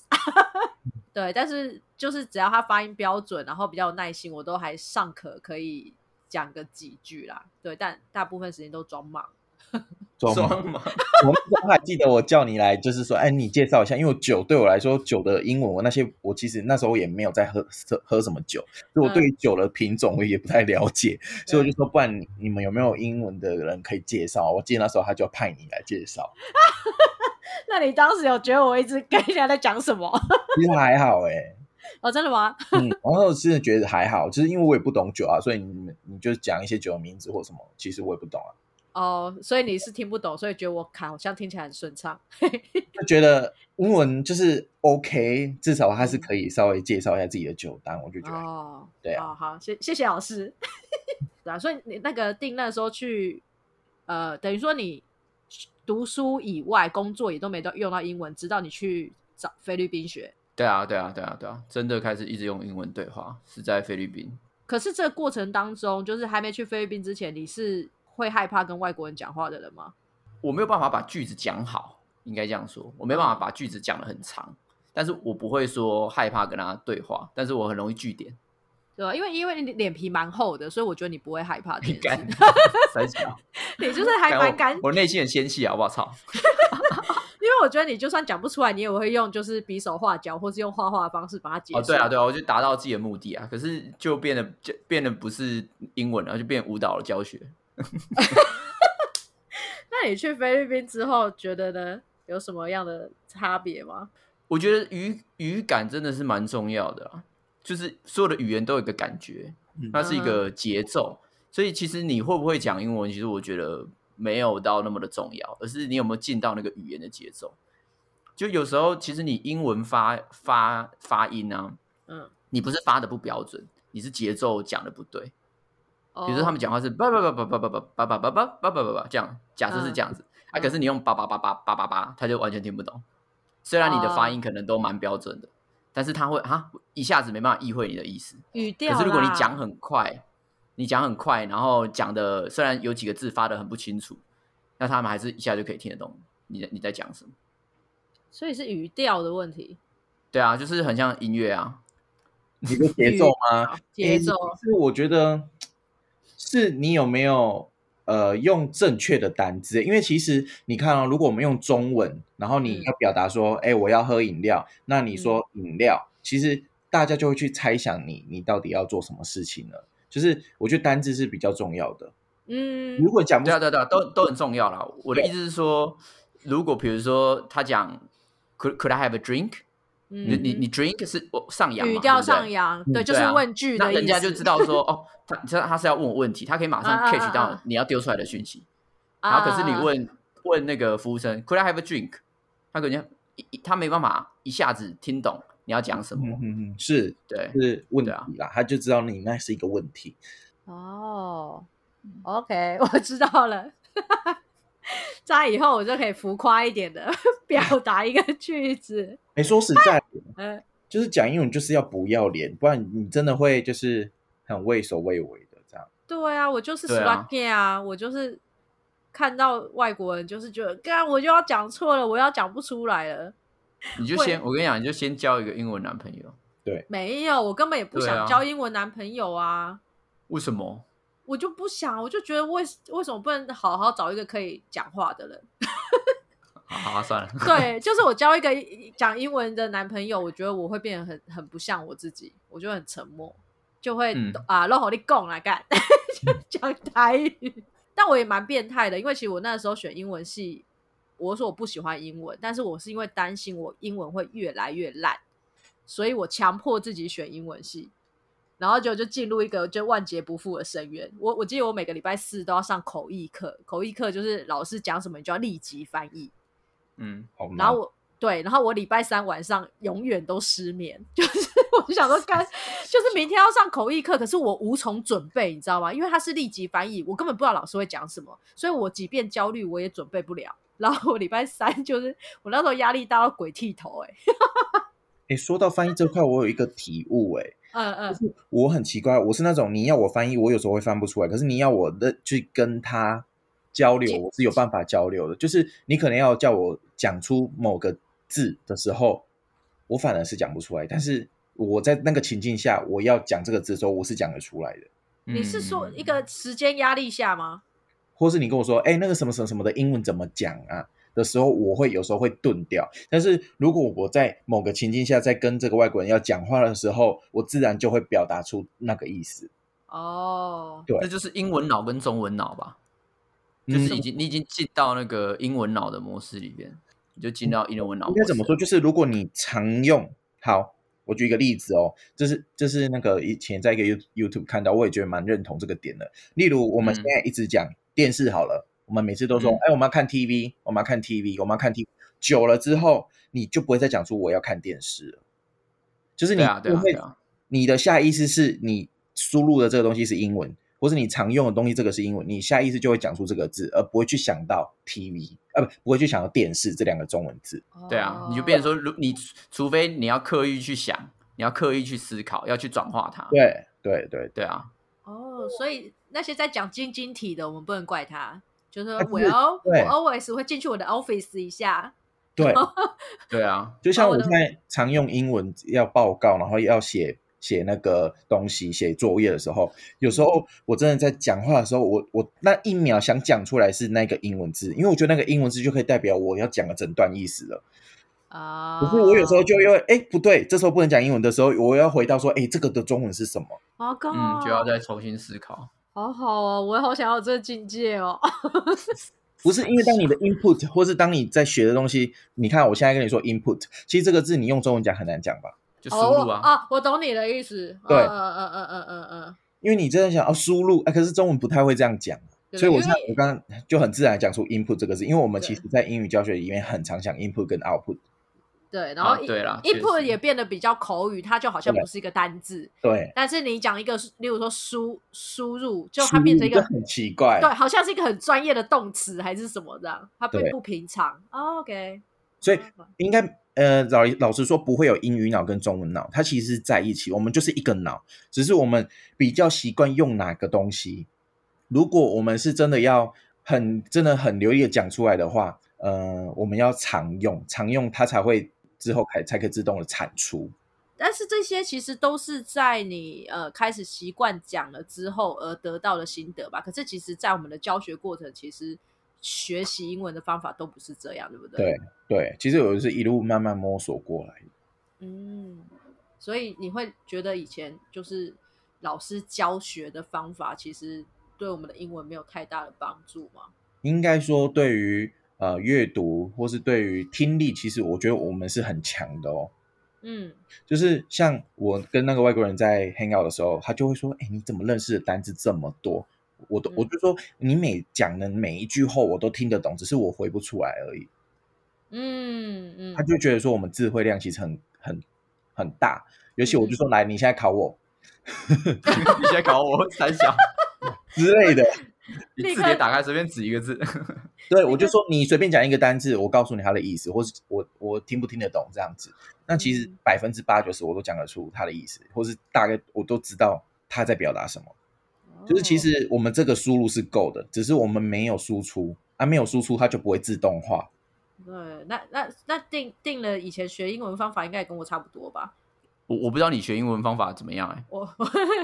Speaker 1: 对，但是就是只要她发音标准，然后比较有耐心，我都还尚可可以讲个几句啦。对，但大部分时间都装忙。
Speaker 3: 装
Speaker 2: 装吗？ (laughs)
Speaker 3: 我那时候还记得我叫你来，就是说，哎，你介绍一下，因为酒对我来说，酒的英文我啊那些我其实那时候也没有在喝喝喝什么酒，
Speaker 1: 嗯
Speaker 3: 所以我对于酒的品种我也不太了解，所以我就说，不然你你们有没有英文的人可以介绍？我记得那时候他就派你来介绍，
Speaker 1: (laughs) 那你当时有觉得我一直跟人家在讲什么？ (laughs)
Speaker 3: 其实还好哎、
Speaker 1: 哦，真的吗？
Speaker 3: (laughs) 嗯，然后真的觉得还好，就是因为我也不懂酒啊，所以你们你就讲一些酒的名字或什么，其实我也不懂啊，
Speaker 1: 哦，所以你是听不懂，所以觉得我卡好像听起来很顺畅。
Speaker 3: 就觉得英文就是 OK，至少他是可以稍微介绍一下自己的酒单，我就觉得还好
Speaker 1: 哦，
Speaker 3: 对啊
Speaker 1: 哦，好，谢谢谢老师。 (laughs) 对啊，所以你那个定那时候去，呃，等于说你读书以外，工作也都没到用到英文，直到你去找菲律宾学。
Speaker 2: 对啊，对啊，对啊，对啊，真的开始一直用英文对话，是在菲律宾。
Speaker 1: 可是这个过程当中，就是还没去菲律宾之前，你是会害怕跟外国人讲话的人吗？
Speaker 2: 我没有办法把句子讲好，应该这样说，我没办法把句子讲得很长，但是我不会说害怕跟他对话，但是我很容易据点，
Speaker 1: 对吧？因为因为你脸皮蛮厚的，所以我觉得你不会害怕这
Speaker 2: 你
Speaker 1: 件事
Speaker 2: 干，
Speaker 1: (laughs)
Speaker 2: 三小，
Speaker 1: 你就是还蛮敢
Speaker 2: 干我，我内心很纤细啊，好不好？
Speaker 1: (laughs)
Speaker 2: 操，
Speaker 1: 因为我觉得你就算讲不出来，你也会用就是比手画脚，或是用画画的方式把它解释。
Speaker 2: 哦，对啊，对啊，我就达到自己的目的啊，可是就变得就变得不是英文了，就变舞蹈的教学。
Speaker 1: 那你去菲律宾之后，觉得呢有什么样的差别吗？
Speaker 2: 我觉得语语感真的是蛮重要的啊，就是所有的语言都有一个感觉，
Speaker 3: 嗯
Speaker 2: 它是一个节奏。所以其实你会不会讲英文，其实我觉得没有到那么的重要，而是你有没有进到那个语言的节奏。就有时候其实你英文发发发音啊，
Speaker 1: 嗯，
Speaker 2: 你不是发的不标准，你是节奏讲的不对。
Speaker 1: 比
Speaker 2: 比如
Speaker 1: 哦
Speaker 2: 说他们讲话是叭叭叭叭叭叭叭叭叭叭叭叭叭叭这样，假设是这样子啊，可是你用叭叭叭叭叭叭叭，他就完全听不懂。虽然你的发音可能都蛮标准的，但是他会啊一下子没办法意会你的意思。
Speaker 1: 语调
Speaker 2: 可
Speaker 1: 啦，
Speaker 2: 是如果你讲很快，你讲很快，然后讲的虽然有几个字发的很不清楚，那他们还是一下就可以听得懂你在你在讲什么。
Speaker 1: 所以是语调的问题，
Speaker 2: 对啊，就是很像音乐啊，
Speaker 3: 你的
Speaker 2: 呃
Speaker 3: 节奏吗？
Speaker 1: 节奏
Speaker 3: 诶是我觉得是你有没有呃用正确的单字，因为其实你看哦，如果我们用中文，然后你
Speaker 1: 嗯
Speaker 3: 要表达说，哎、我要喝饮料，那
Speaker 2: 嗯
Speaker 3: 你说饮料，其实大家就会去猜想你你到底要做什么事情了。就是我觉得单字是比较重要的，
Speaker 1: 嗯
Speaker 3: 如果讲不
Speaker 2: 对啊，对啊，对啊，都都很重要啦。我的意思是说，如果比如说他讲 Could Could I have a drink？、你
Speaker 1: 嗯
Speaker 2: 你你 drink 是哦上扬嘛，
Speaker 1: 语调
Speaker 2: 对不对
Speaker 1: 上，扬，对，
Speaker 3: 嗯
Speaker 1: 就
Speaker 2: 对
Speaker 1: 是
Speaker 2: 啊
Speaker 1: 问句
Speaker 2: 那
Speaker 1: 的意思。
Speaker 2: 人家就知道说哦，他你知道他是要问我问题，他可以马上
Speaker 1: 啊啊啊
Speaker 2: catch 到
Speaker 1: 啊
Speaker 2: 你要丢出来的讯息。
Speaker 1: 啊，
Speaker 2: 然后可是你问问那个服务生 Could I have a drink？他可能一一他没办法一下子听懂你要讲什么。
Speaker 3: 嗯嗯嗯，是
Speaker 2: 对，
Speaker 3: 是问题
Speaker 2: 对
Speaker 3: 啦
Speaker 2: 啊，
Speaker 3: 他就知道你那是一个问题。
Speaker 1: 哦，OK，我 (laughs) 知道了。在以后我就可以浮夸一点的 (laughs) 表达一个句子。 (laughs)
Speaker 3: 哎，说实在，
Speaker 1: 嗯，
Speaker 3: 就是讲英文就是要不要脸，不然你真的会就是很畏首畏尾的这样。
Speaker 1: 对啊，我就是
Speaker 2: 对啊
Speaker 1: slap 啊，我就是看到外国人就是觉得，干我就要讲错了，我要讲不出来了。
Speaker 2: 你就先我跟你讲，你就先交一个英文男朋友。
Speaker 1: 没有，我根本也不
Speaker 2: 对
Speaker 1: 想
Speaker 2: 啊
Speaker 1: 交英文男朋友啊，
Speaker 2: 为什么？
Speaker 1: 我就不想，我就觉得为为什么不能好好找一个可以讲话的人？
Speaker 2: 好好、啊、算 (laughs) 了。
Speaker 1: 对，就是我交一个讲英文的男朋友，我觉得我会变得很很不像我自己，我就会很沉默，就会、
Speaker 2: 嗯
Speaker 1: 啊，让我你拱来干， (laughs) 就讲台语。但我也蛮变态的，因为其实我那时候选英文系，我说我不喜欢英文，但是我是因为担心我英文会越来越烂，所以我强迫自己选英文系。然后就就进入一个就万劫不复的深渊。我我记得我每个礼拜四都要上口译课，口译课就是老师讲什么你就要立即翻译，
Speaker 2: 嗯。
Speaker 3: 好难
Speaker 1: 然后我对，然后我礼拜三晚上永远都失眠，就是 (laughs) 我就想说干，就是明天要上口译课，可是我无从准备，你知道吗？因为它是立即翻译，我根本不知道老师会讲什么，所以我即便焦虑，我也准备不了。然后我礼拜三 (laughs) 就是我那时候压力大到鬼剃头、欸，
Speaker 3: 哎，说到翻译这块，我有一个体悟，哎，
Speaker 1: 嗯嗯，
Speaker 3: 我很奇怪，我是那种你要我翻译，我有时候会翻不出来，可是你要我的去跟他交流，
Speaker 1: 解
Speaker 3: 我是有办法交流的。就是你可能要叫我讲出某个字的时候，我反而是讲不出来，但是我在那个情境下，我要讲这个字的时候，我是讲得出来的。
Speaker 1: 你是说
Speaker 2: 嗯
Speaker 1: 一个时间压力下吗？
Speaker 3: 或是你跟我说，哎、那个什么什么什么的英文怎么讲啊？的时候，我会有时候会顿掉。但是如果我在某个情境下在跟这个外国人要讲话的时候，我自然就会表达出那个意思。
Speaker 1: 哦，
Speaker 3: 对
Speaker 2: 这就是英文脑跟中文脑吧，
Speaker 3: 嗯
Speaker 2: 就是已经你已经进到那个英文脑的模式里边，你就进到英文脑。
Speaker 3: 应该怎么说？？就是如果你常用，好，我举一个例子哦，这是这是那个以前在一个 You YouTube 看到，我也觉得蛮认同这个点的。例如我们
Speaker 2: 嗯
Speaker 3: 现在一直讲电视好了，我们每次都说，
Speaker 2: 嗯
Speaker 3: 哎、我们要看 TV，我们要看 TV，我们要看 TV。久了之后，你就不会再讲出我要看电视了，就是你
Speaker 2: 对啊，对
Speaker 3: 不
Speaker 2: 啊，对
Speaker 3: 会
Speaker 2: 啊，
Speaker 3: 你的下意识是你输入的这个东西是英文，或是你常用的东西这个是英文，你下意识就会讲出这个字，而不会去想到 TV，呃，不不会去想到电视这两个中文字。
Speaker 2: 对啊，你就
Speaker 1: 哦
Speaker 2: 变成说，如你除非你要刻意去想，你要刻意去思考，要去转化它。
Speaker 3: 对对对，
Speaker 2: 对啊，
Speaker 1: 哦，所以那些在讲晶晶体的，我们不能怪他，就是
Speaker 2: 呃
Speaker 1: 说
Speaker 3: 啊
Speaker 1: 我
Speaker 3: 是
Speaker 1: 要我
Speaker 3: 对
Speaker 1: always 会进去我的 office 一下，
Speaker 3: 对，
Speaker 2: 对啊，
Speaker 3: 就像
Speaker 1: 哦我
Speaker 3: 我
Speaker 1: 懂
Speaker 3: 现在常用英文要报告，然后要写写那个东西、写作业的时候，有时候我真的在讲话的时候，我我那一秒想讲出来是那个英文字，因为我觉得那个英文字就可以代表我要讲的整段意思了。
Speaker 1: 啊。
Speaker 3: 可是我有时候就因为哎不对，这时候不能讲英文的时候，我要回到说哎这个的中文是什么？
Speaker 1: 哦好高、
Speaker 2: 嗯，就要再重新思考。
Speaker 1: 好好哦，我好想要有这个境界
Speaker 3: (laughs)
Speaker 1: 哦。
Speaker 3: 不是因为当你的 input 或是当你在学的东西，你看我现在跟你说 input，其实这个字你用中文讲很难讲吧？
Speaker 2: 就输
Speaker 1: 哦我
Speaker 2: 入啊，
Speaker 1: 啊，我懂你的意思。
Speaker 3: 对
Speaker 1: 嗯嗯嗯嗯嗯嗯
Speaker 3: 因为你真的想要输入，哎、可是中文不太会这样讲，
Speaker 1: 嗯，
Speaker 3: 所以我
Speaker 1: 因
Speaker 3: 像我
Speaker 1: 为
Speaker 3: 刚刚就很自然地讲出 input 这个字，因为我们
Speaker 1: 对
Speaker 3: 其实在英语教学里面很常讲 input 跟 output，
Speaker 1: 对，然后
Speaker 2: 啊对啦
Speaker 1: input
Speaker 2: 确实
Speaker 1: 也变得比较口语，它就好像
Speaker 3: 对
Speaker 1: 不是一个单字，
Speaker 3: 对，
Speaker 1: 但是你讲一个，例如说输输入，就它变成一
Speaker 3: 输入
Speaker 1: 个
Speaker 3: 这很奇怪，
Speaker 1: 对，好像是一个很专业的动词还是什么这样，它并
Speaker 3: 对
Speaker 1: 不平常。哦 OK，
Speaker 3: 所以应该呃老老实说不会有英语脑跟中文脑，它其实是在一起，我们就是一个脑，只是我们比较习惯用哪个东西。如果我们是真的要很真的很流利的讲出来的话，呃，我们要常用，常用它才会之后才才可以自动的产出。
Speaker 1: 但是这些其实都是在你呃开始习惯讲了之后而得到的心得吧。可是其实，在我们的教学过程，其实学习英文的方法都不是这样，对不对？
Speaker 3: 对对，其实我就是一路慢慢摸索过来的。
Speaker 1: 嗯，所以你会觉得以前就是老师教学的方法，其实对我们的英文没有太大的帮助吗？
Speaker 3: 应该说，对于呃阅读或是对于听力，其实我觉得我们是很强的哦。
Speaker 1: 嗯，
Speaker 3: 就是像我跟那个外国人在 hang out 的时候，他就会说：“哎，你怎么认识的单字这么多？”我都
Speaker 1: 嗯
Speaker 3: 我就说，你每讲的每一句后我都听得懂，只是我回不出来而已。
Speaker 1: 嗯嗯，
Speaker 3: 他就觉得说我们智慧量其实很很很大，尤其我就说：“来，你现在考我
Speaker 2: (laughs) 你先
Speaker 1: (laughs)
Speaker 2: 搞我三小，
Speaker 3: 之类的。
Speaker 2: 你
Speaker 1: 立
Speaker 2: 字
Speaker 1: 刻
Speaker 2: 典打开随便指一个字。 (laughs)
Speaker 3: 对，我就说你随便讲一个单字，我告诉你它的意思，或是我我听不听得懂这样子。那其实
Speaker 1: 嗯
Speaker 3: 百分之八九十我都讲得出它的意思，或是大概我都知道他在表达什么。就是其
Speaker 1: 哦
Speaker 3: 实我们这个输入是够的，只是我们没有输出啊，没有输出它就不会自动化。
Speaker 1: 对，那那那定定了以前学英文方法，应该也跟我差不多吧？
Speaker 2: 我我不知道你学英文方法怎么样哎、
Speaker 1: 我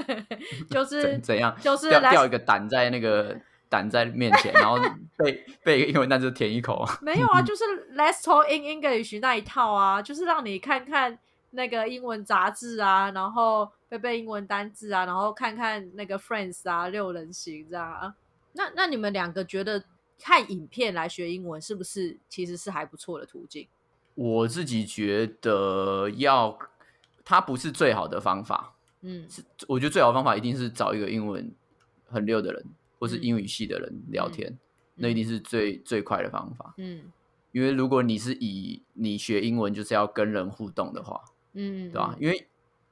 Speaker 1: (laughs) 就是
Speaker 2: 怎怎样？
Speaker 1: 就是
Speaker 2: 掉
Speaker 1: 来
Speaker 2: 掉一个胆在那个胆在面前，然后背背一个英文单词填一口。 (laughs)
Speaker 1: 没有啊，
Speaker 2: 嗯
Speaker 1: 就是 Let's Talk in English 那一套啊，就是让你看看那个英文杂志啊，然后背背英文单字啊，然后看看那个 Friends 啊，六人行这样啊。那那你们两个觉得看影片来学英文是不是其实是还不错的途径？
Speaker 2: 我自己觉得要，它不是最好的方法，
Speaker 1: 嗯
Speaker 2: 是我觉得最好的方法一定是找一个英文很溜的人，或
Speaker 1: 嗯
Speaker 2: 是英语系的人聊天，那一定是最最快的方法。
Speaker 1: 嗯
Speaker 2: 因为如果你是以你学英文就是要跟人互动的话，
Speaker 1: 嗯，
Speaker 2: 对吧、啊因为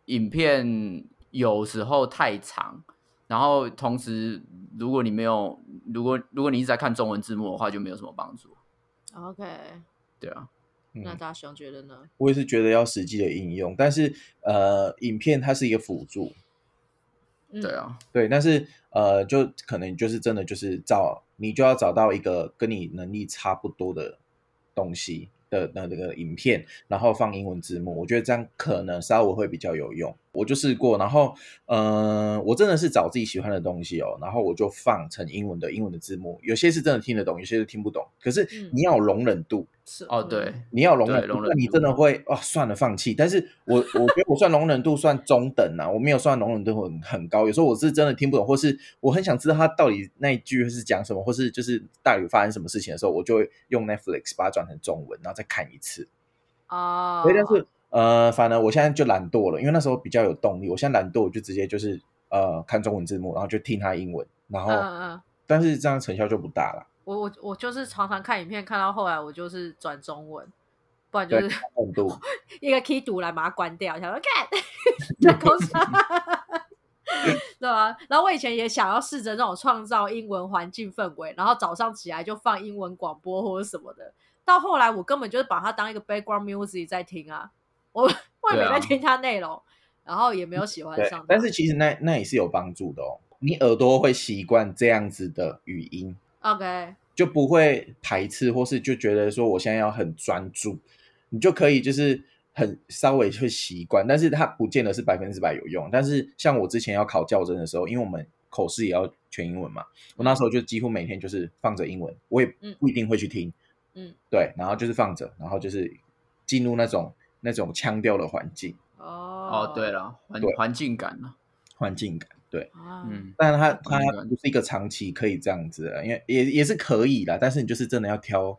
Speaker 2: 影片有时候太长，然后同时如果你没有，如果如果你一直在看中文字幕的话，就没有什么帮助，
Speaker 1: 嗯？OK，
Speaker 2: 对啊。
Speaker 1: 那
Speaker 3: 嗯，
Speaker 1: 大雄觉得呢？
Speaker 3: 我也是觉得要实际的应用，但是呃，影片它是一个辅助，
Speaker 1: 嗯
Speaker 2: 对，啊，
Speaker 3: 对，但是呃，就可能就是真的就是找你就要找到一个跟你能力差不多的东西的那那个影片，然后放英文字幕，我觉得这样可能稍微会比较有用。我就试过，然后嗯、呃我真的是找自己喜欢的东西哦，然后我就放成英文的英文的字幕，有些是真的听得懂，有些是听不懂，可是
Speaker 1: 嗯
Speaker 3: 你要有容忍度。
Speaker 1: 是嗯
Speaker 2: 哦，对，
Speaker 3: 你要容忍
Speaker 2: 对
Speaker 3: 度，
Speaker 2: 容忍
Speaker 3: 那你
Speaker 2: 度
Speaker 3: 真的会哦，算了，放弃。但是我我觉得我算容忍度算中等啊，我没有算容忍度很很高。有时候我是真的听不懂，或是我很想知道他到底那一句是讲什么，或是就是到底发生什么事情的时候，我就会用 Netflix 把它转成中文，然后再看一次。
Speaker 1: 啊，
Speaker 3: 所以但
Speaker 2: 哦
Speaker 3: 是呃，反而我现在就懒惰了，因为那时候比较有动力。我现在懒惰，我就直接就是呃看中文字幕，然后就听他英文，
Speaker 2: 哦
Speaker 3: 然后、
Speaker 1: 嗯嗯嗯。
Speaker 3: 但是这样成效就不大了，
Speaker 1: 我我我就是常常看影片，看到后来我就是转中文，不然就
Speaker 3: 对
Speaker 1: 是
Speaker 3: 难度。
Speaker 1: 一个 key 读来把它关掉，想说
Speaker 3: (laughs)
Speaker 1: 看在搞啥，对啊？然后我以前也想要试着那种创造英文环境氛围，然后早上起来就放英文广播或者什么的。到后来我根本就是把它当一个 background music 在听啊，我 (laughs) 我也没
Speaker 2: 对啊
Speaker 1: 在听它内容，然后也没有喜欢
Speaker 3: 对
Speaker 1: 上它。，
Speaker 3: 但是其实那那也是有帮助的哦。你耳朵会习惯这样子的语音，
Speaker 1: OK，
Speaker 3: 就不会排斥，或是就觉得说我现在要很专注，你就可以就是很稍微去习惯。但是它不见得是百分之百有用。但是像我之前要考教真的时候，因为我们口试也要全英文嘛，我那时候就几乎每天就是放着英文，我也
Speaker 1: 嗯
Speaker 3: 不一定会去听，
Speaker 1: 嗯，
Speaker 3: 对，然后就是放着，然后就是进入那种那种腔调的环境
Speaker 1: 哦
Speaker 2: 哦，对，了，环
Speaker 3: 对
Speaker 2: 环境感啊呢、
Speaker 3: 环境感，对。
Speaker 1: 啊，
Speaker 2: 嗯，
Speaker 3: 但它
Speaker 2: 同意
Speaker 3: 它
Speaker 2: 感
Speaker 3: 不是一个长期可以这样子啊的，因为也也是可以啦，但是你就是真的要挑，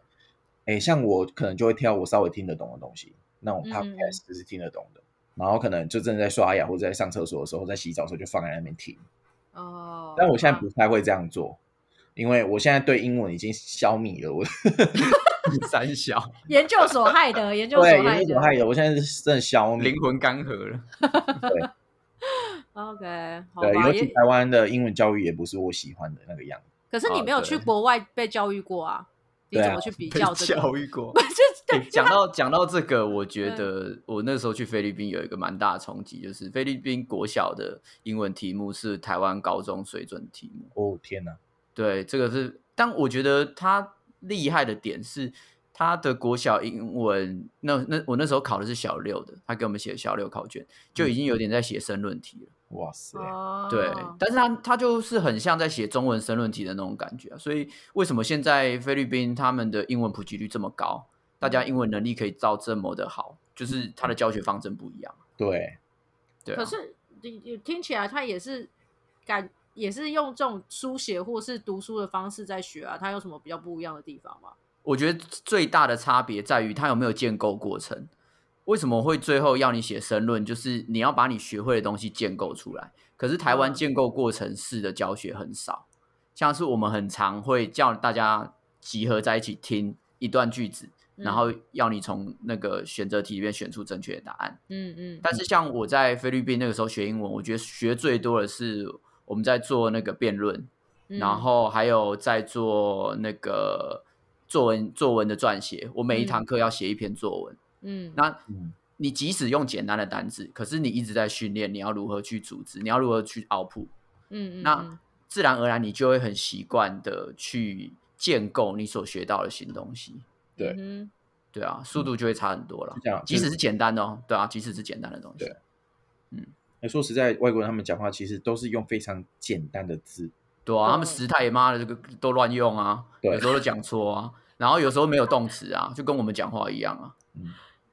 Speaker 3: 哎，像我可能就会挑我稍微听得懂的东西，那种
Speaker 1: 嗯
Speaker 3: podcast 就是听得懂的，然后可能就真的在刷牙或者在上厕所的时候，在洗澡的时候就放在那边听。
Speaker 1: 哦，
Speaker 3: 但我现在
Speaker 1: 啊
Speaker 3: 不太会这样做，因为我现在对英文已经消弭了，我
Speaker 2: 嗯 (laughs) 三小
Speaker 1: 研究所害的，研究所
Speaker 3: 对
Speaker 1: 害
Speaker 3: 也是
Speaker 1: 的
Speaker 3: 我害的，我现在是真的消弭
Speaker 2: 灵。魂干涸了。
Speaker 1: OK，好
Speaker 3: 对，
Speaker 1: 吧，
Speaker 3: 尤其
Speaker 1: 也
Speaker 3: 台湾的英文教育也不是我喜欢的那个样子。
Speaker 1: 可是你
Speaker 2: 哦
Speaker 1: 没有
Speaker 2: 对
Speaker 1: 去国外被教育过啊？你
Speaker 3: 对
Speaker 1: 怎
Speaker 3: 啊
Speaker 1: 么去比
Speaker 2: 被
Speaker 1: 较这个
Speaker 2: 教？育过。
Speaker 1: 就
Speaker 2: 欸讲到讲到这个，我觉得我那时候去菲律宾有一个蛮大的冲击，就是菲律宾国小的英文题目是台湾高中水准题目。
Speaker 3: 哦天哪，
Speaker 2: 对，这个是，但我觉得他厉害的点是，他的国小英文，那那我那时候考的是小六的，他给我们写小六考卷，就已经有点在写申论题了。
Speaker 3: 哇塞，
Speaker 1: 哦，
Speaker 2: 对，但是他他就是很像在写中文申论题的那种感觉、啊，所以为什么现在菲律宾他们的英文普及率这么高，大
Speaker 1: 嗯
Speaker 2: 家英文能力可以到这么的好，就是他的教学方针不一样。
Speaker 3: 对，
Speaker 2: 对、啊，
Speaker 1: 可是你你听起来他也是感也是用这种书写或是读书的方式在学啊，他有什么比较不一样的地方吗？
Speaker 2: 我觉得最大的差别在于它有没有建构过程。为什么会最后要你写申论？就是你要把你学会的东西建构出来。可是台湾
Speaker 1: 嗯
Speaker 2: 建构过程式的教学很少，像是我们很常会叫大家集合在一起听一段句子，
Speaker 1: 嗯
Speaker 2: 然后要你从那个选择题里面选出正确的答案。
Speaker 1: 嗯嗯，
Speaker 2: 但是像我在菲律宾那个时候学英文，我觉得学最多的是我们在做那个辩论，
Speaker 1: 嗯
Speaker 2: 然后还有在做那个作文作文的撰写，我每一
Speaker 1: 嗯
Speaker 2: 堂课要写一篇作文。
Speaker 1: 嗯
Speaker 2: 那
Speaker 3: 嗯
Speaker 2: 你即使用简单的单字，可是你一直在训练，你要如何去组织，你要如何去 output，
Speaker 1: 嗯嗯，
Speaker 2: 那
Speaker 1: 嗯
Speaker 2: 自然而然你就会很习惯的去建构你所学到的新东西。
Speaker 3: 对
Speaker 1: 嗯
Speaker 2: 对啊，速度就会差很多了
Speaker 3: 就这样。
Speaker 2: 即使是简单的哦，对啊，即使是简单的东西
Speaker 3: 对。那说实在，外国人他们讲话其实都是用非常简单的字，
Speaker 2: 对啊，他们
Speaker 1: 懂
Speaker 2: 时态妈的这个都乱用啊，
Speaker 3: 对
Speaker 2: 有时候都讲错啊，然后有时候没有动词啊，就跟我们讲话一样啊。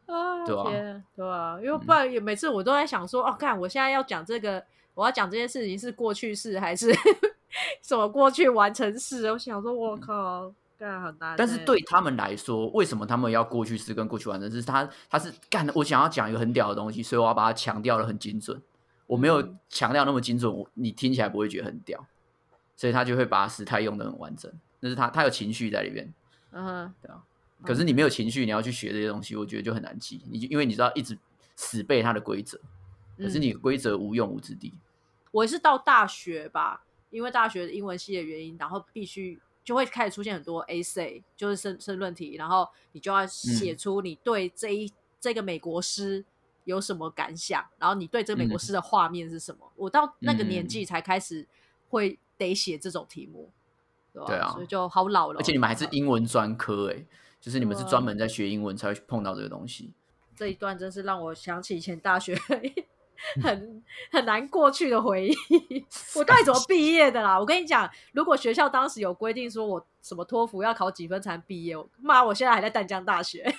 Speaker 1: 啊，
Speaker 2: 对啊嗯
Speaker 1: 天对啊，因为不然也每次我都在想说，哦，看我现在要讲这个，我要讲这件事情是过去式还是什么过去完成式？我想说，我靠，干很难欸。
Speaker 2: 嗯但是对他们来说，为什么他们要过去式跟过去完成式？他他是干，我想要讲一个很屌的东西，所以我要把它强调的很精准。我没有
Speaker 1: 嗯
Speaker 2: 强调那么精准，我你听起来不会觉得很屌，所以他就会把时态用的很完整。那是他他有情绪在里面，
Speaker 1: 嗯哼，
Speaker 2: 对啊。可是你没有情绪，你要去学这些东西，我觉得就很难记。你就因为你知道一直死背它的规则，可是
Speaker 1: 嗯
Speaker 2: 你的规则无用武之地。
Speaker 1: 我是到大学吧，因为大学的英文系的原因，然后必须就会开始出现很多 essay，就是申申论题，然后你就要
Speaker 2: 嗯
Speaker 1: 写出你对这一、这个美国诗有什么感想，然后你对这美国
Speaker 2: 嗯
Speaker 1: 诗的画面是什么。我到那个年纪才开始会得写这种题目，对吧、
Speaker 2: 对啊
Speaker 1: 所以就好老了。
Speaker 2: 而且你们还是英文专科哎、就是你们是
Speaker 1: 对啊
Speaker 2: 专门在学英文才会去碰到这个东西。
Speaker 1: 这一段，真是让我想起以前大学 (laughs) 很很难过去的回忆。我到底 (laughs) 怎么毕业的啦？我跟你讲，如果学校当时有规定说我什么托福要考几分才能毕业，我妈，我现在还在淡江大学。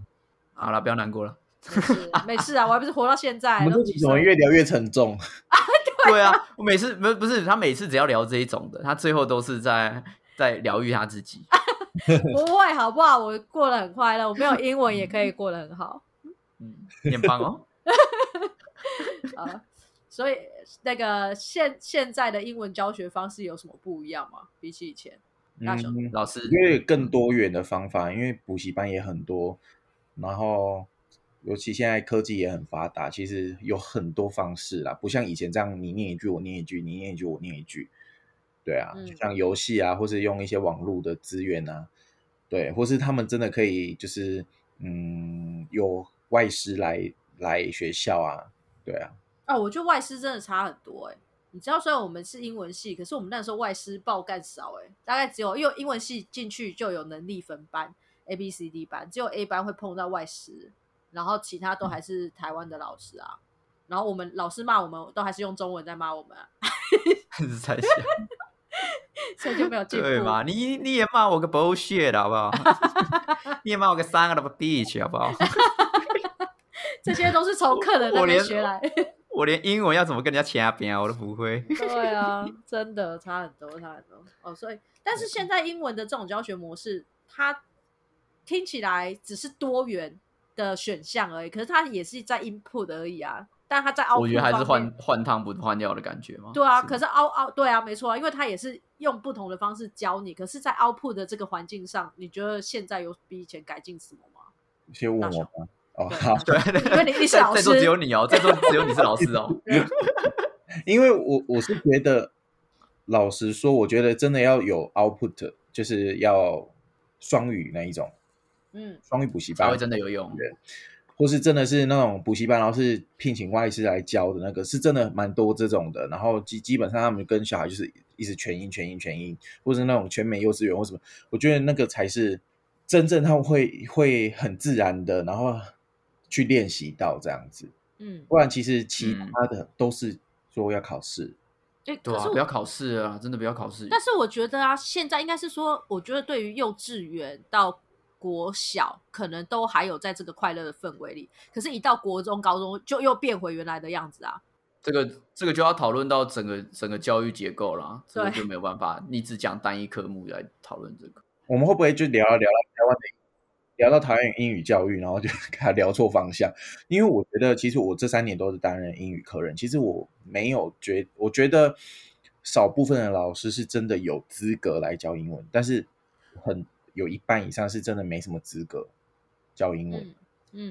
Speaker 2: (laughs) 好了，不要难过了。
Speaker 1: 没事， (laughs) 没事啊，我还不是活到现在。
Speaker 3: 我们
Speaker 1: 都
Speaker 3: 这
Speaker 1: 几
Speaker 3: 集
Speaker 1: 岁
Speaker 3: 怎么越聊越沉重？
Speaker 2: 对啊，我每次不不是他每次只要聊这一种的，他最后都是
Speaker 1: (laughs)
Speaker 2: 在在疗愈他自己。
Speaker 1: 不会好不好？我过得很快乐，我没有英文也可以过得很好。
Speaker 2: 嗯，你很棒
Speaker 1: (laughs)
Speaker 2: 哦。
Speaker 1: 啊，所以那个现现在的英文教学方式有什么不一样吗？比起以前，大雄
Speaker 3: 嗯
Speaker 2: 老师，
Speaker 3: 因为更多元的方法，因为补习班也很多，然后尤其现在科技也很发达，其实有很多方式啦，不像以前这样你念一句我念一句，你念一句我念一句，对啊，
Speaker 1: 嗯
Speaker 3: 就像游戏啊，或是用一些网络的资源啊，对，或是他们真的可以就是嗯有外师来来学校啊，对啊，
Speaker 1: 啊，我觉得外师真的差很多哎、你知道，虽然我们是英文系，可是我们那时候外师爆干少哎、大概只有因为英文系进去就有能力分班 A、B、C、D 班，只有 A 班会碰到外师，然后其他都还是台湾的老师啊。然后我们老师骂我们，都还是用中文在骂我们、啊，(laughs)
Speaker 2: 在想
Speaker 1: 所以就没有进步。
Speaker 2: 对嘛？你你也骂我个 bullshit 好不好？ (laughs) 你也骂我个三个的 bitch 好不好？
Speaker 1: 这些都是从客人那
Speaker 2: 我
Speaker 1: 边
Speaker 2: 连
Speaker 1: 学来。
Speaker 2: 我连英文要怎么跟人家掐边啊，我都不会。 (laughs)
Speaker 1: 对啊，真的差很多，差很多。哦，所以，但是现在英文的这种教学模式，它听起来只是多元的选项而已，可是它也是在 input 而已啊。但它在 output
Speaker 2: 我觉得还是
Speaker 1: 方
Speaker 2: 换
Speaker 1: 面
Speaker 2: 换汤不换药的感觉嘛。
Speaker 1: 对啊，
Speaker 2: 是
Speaker 1: 可是 out out 对啊，没错啊，因为它也是用不同的方式教你，可是，在 output 的这个环境上，你觉得现在有比以前改进什么吗？
Speaker 3: 先问
Speaker 1: 大雄
Speaker 3: 我吧，哦
Speaker 1: 对
Speaker 2: (laughs)
Speaker 1: 啊
Speaker 3: 好。
Speaker 2: 对
Speaker 1: 因为
Speaker 2: 对，
Speaker 1: 你你是
Speaker 2: 在
Speaker 1: 老
Speaker 2: 在
Speaker 1: 师，
Speaker 2: 座只有你哦，在座只有你是老
Speaker 1: (laughs)
Speaker 2: 师哦。
Speaker 3: 因为我我是觉得，老实说，我觉得真的要有 output，就是要双语那一种，
Speaker 1: 嗯
Speaker 3: 双语补习
Speaker 2: 才
Speaker 3: 班
Speaker 2: 会，真的有用。
Speaker 3: 或是真的是那种补习班，然后是聘请外师来教的那个，是真的蛮多这种的。然后基基本上他们跟小孩就是一直全英全英全英，或是那种全美幼稚园或什么，我觉得那个才是真正他们会会很自然的，然后去练习到这样子。
Speaker 1: 嗯，
Speaker 3: 不然其实其他的都是说要考试，
Speaker 1: 哎、
Speaker 2: 对
Speaker 1: 可
Speaker 2: 啊，
Speaker 1: 是
Speaker 2: 不
Speaker 1: 我
Speaker 2: 要考试啊，真的不要考试。
Speaker 1: 但是我觉得啊，现在应该是说，我觉得对于幼稚园到国小，可能都还有在这个快乐的氛围里。可是，一到国中、高中，就又变回原来的样子啊。
Speaker 2: 这个这个就要讨论到整个整个教育结构啦，这个
Speaker 1: 对
Speaker 2: 就没有办法，你只讲单一科目来讨论这个。
Speaker 3: 我们会不会就聊聊到台湾的，聊到台湾英语教育，然后就 (laughs) 给他聊错方向？因为我觉得，其实我这三年都是担任英语科任，其实我没有觉，我觉得少部分的老师是真的有资格来教英文，但是很有一半以上是真的没什么资格教英文。
Speaker 1: 嗯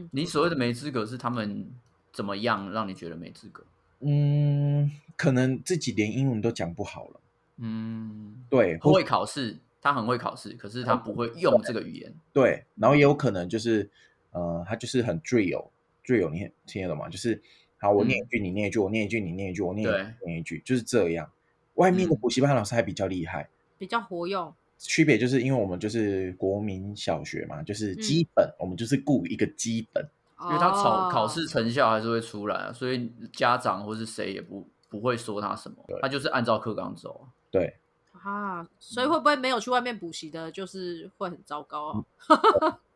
Speaker 1: 嗯，
Speaker 2: 你所谓的没资格是他们怎么样让你觉得没资格？
Speaker 3: 嗯，可能自己连英文都讲不好了，
Speaker 2: 嗯，
Speaker 3: 对，
Speaker 2: 很
Speaker 3: 或
Speaker 2: 会考试，他很会考试，可是他不会用这个语言。
Speaker 3: 对，然后也有可能就是，呃，他就是很 drill drill，你听得懂吗？就是好，我念一句，你念一句，我念一句，你念一句，我念一句
Speaker 2: 嗯对，
Speaker 3: 你念一句，就是这样。外面的
Speaker 2: 嗯
Speaker 3: 补习班老师还比较厉害，
Speaker 1: 比较活用。
Speaker 3: 区别就是因为我们就是国民小学嘛，就是
Speaker 2: 嗯
Speaker 3: 基本，我们就是顾一个基本，
Speaker 1: 因
Speaker 2: 因为他考
Speaker 1: 哦
Speaker 2: 考试成效还是会出来啊，所以家长或是谁也不不会说他什么，他就是按照课纲走啊。
Speaker 3: 对，
Speaker 1: 啊，所以
Speaker 2: 嗯
Speaker 1: 会不会没有去外面补习的，就是会很糟糕
Speaker 3: 嗯
Speaker 1: 啊？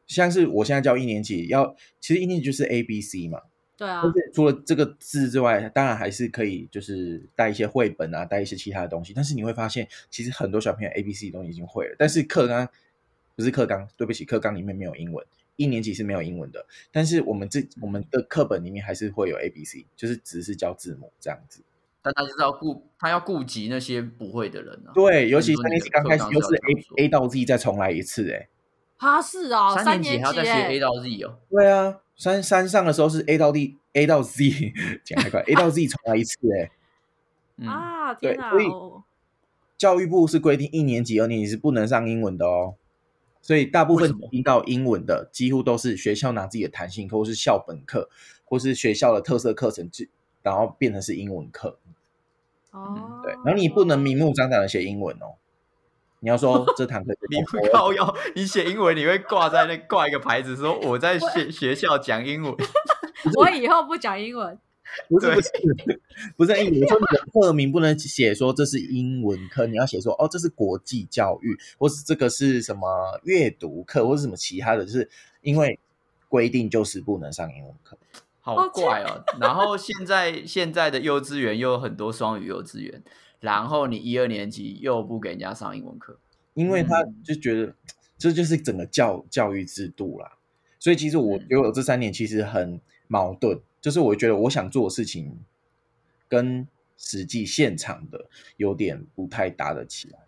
Speaker 3: 像是我现在教一年级，要其实一年级就是 A B C 嘛，
Speaker 1: 对啊
Speaker 3: 但，是除了这个字之外，当然还是可以，就是带一些绘本啊，带一些其他的东西。但是你会发现，其实很多小朋友 A、B、C 都已经会了，但是课纲不是课纲，对不起，课纲里面没有英文，一年级是没有英文的。但是我们这我们的课本里面还是会有 A、B、C，就是只是教字母这样子。
Speaker 2: 但他就是要顾，他要顾及那些不会的人啊。
Speaker 3: 对，尤其
Speaker 2: 很多你
Speaker 3: 三年
Speaker 2: 的
Speaker 3: 级刚开始
Speaker 2: 课纲
Speaker 3: 又
Speaker 2: 是
Speaker 3: 是
Speaker 2: 要这样做
Speaker 3: A A 到 Z 再重来一次、欸，哎，
Speaker 1: 啊是啊，年
Speaker 2: 三年级还要再
Speaker 1: 欸
Speaker 2: 学 A 到 Z 哦。
Speaker 3: 对啊，三三上的时候是 A 到 D A 到 Z，讲 (laughs) 太快，A 到 Z 重来一次、欸，哎。
Speaker 2: 嗯，
Speaker 1: 啊，
Speaker 3: 对
Speaker 1: 天啊，
Speaker 3: 所以
Speaker 1: 哦
Speaker 3: 教育部是规定一年级、二年级是不能上英文的哦，所以大部
Speaker 2: 为
Speaker 3: 分
Speaker 2: 什么
Speaker 3: 听到英文的几乎都是学校拿自己的弹性课，或是校本课，或是学校的特色课程，就然后变成是英文课。
Speaker 1: 哦，
Speaker 3: 嗯对，然后你不能明目张胆的写英文哦，你要说这堂课
Speaker 2: 你
Speaker 3: 是
Speaker 2: (laughs) 不靠腰，你写英文你会挂在那挂一个牌子，说我在学学校讲英文。
Speaker 1: 我以后不讲英文，
Speaker 3: 不是不是不是，你说你的课名不能写说这是英文课，你要写说哦这是国际教育，或是这个是什么阅读课，或是什么其他的，就是因为规定就是不能上英文课。
Speaker 2: 好
Speaker 1: 好
Speaker 2: 怪哦。然后现在现在的幼稚园又有很多双语幼稚园，然后你一二年级又不给人家上英文课，
Speaker 3: 因为他
Speaker 2: 嗯
Speaker 3: 就觉得、这就是整个教教育制度啦。所以其实我
Speaker 2: 嗯
Speaker 3: 觉得我这三年其实很矛盾，就是我觉得我想做的事情跟实际现场的有点不太搭得起来。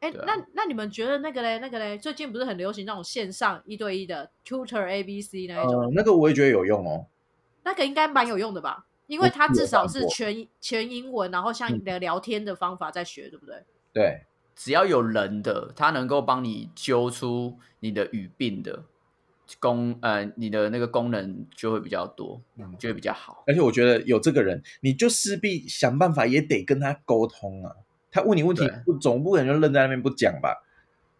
Speaker 1: 哎、
Speaker 2: 对啊
Speaker 1: 那那你们觉得那个嘞，那个嘞，最近不是很流行那种线上一对一的 tutor A B C 那一
Speaker 2: 嗯
Speaker 1: 种，
Speaker 3: 呃，那个我也觉得有用哦。
Speaker 1: 那个应该蛮有用的吧？因为它
Speaker 3: 我有
Speaker 1: 至少
Speaker 3: 看
Speaker 1: 是
Speaker 3: 过
Speaker 1: 全全英文，然后像
Speaker 2: 嗯
Speaker 1: 你的聊天的方法在学，对不对？
Speaker 3: 对，
Speaker 2: 只要有人的，他能够帮你揪出你的语病的功，呃，你的那个功能就会比较多，
Speaker 3: 嗯
Speaker 2: 就会比较好。
Speaker 3: 而且我觉得有这个人，你就势必想办法也得跟他沟通啊。他问你问题
Speaker 2: 对，
Speaker 3: 不总不可能就愣在那边不讲吧？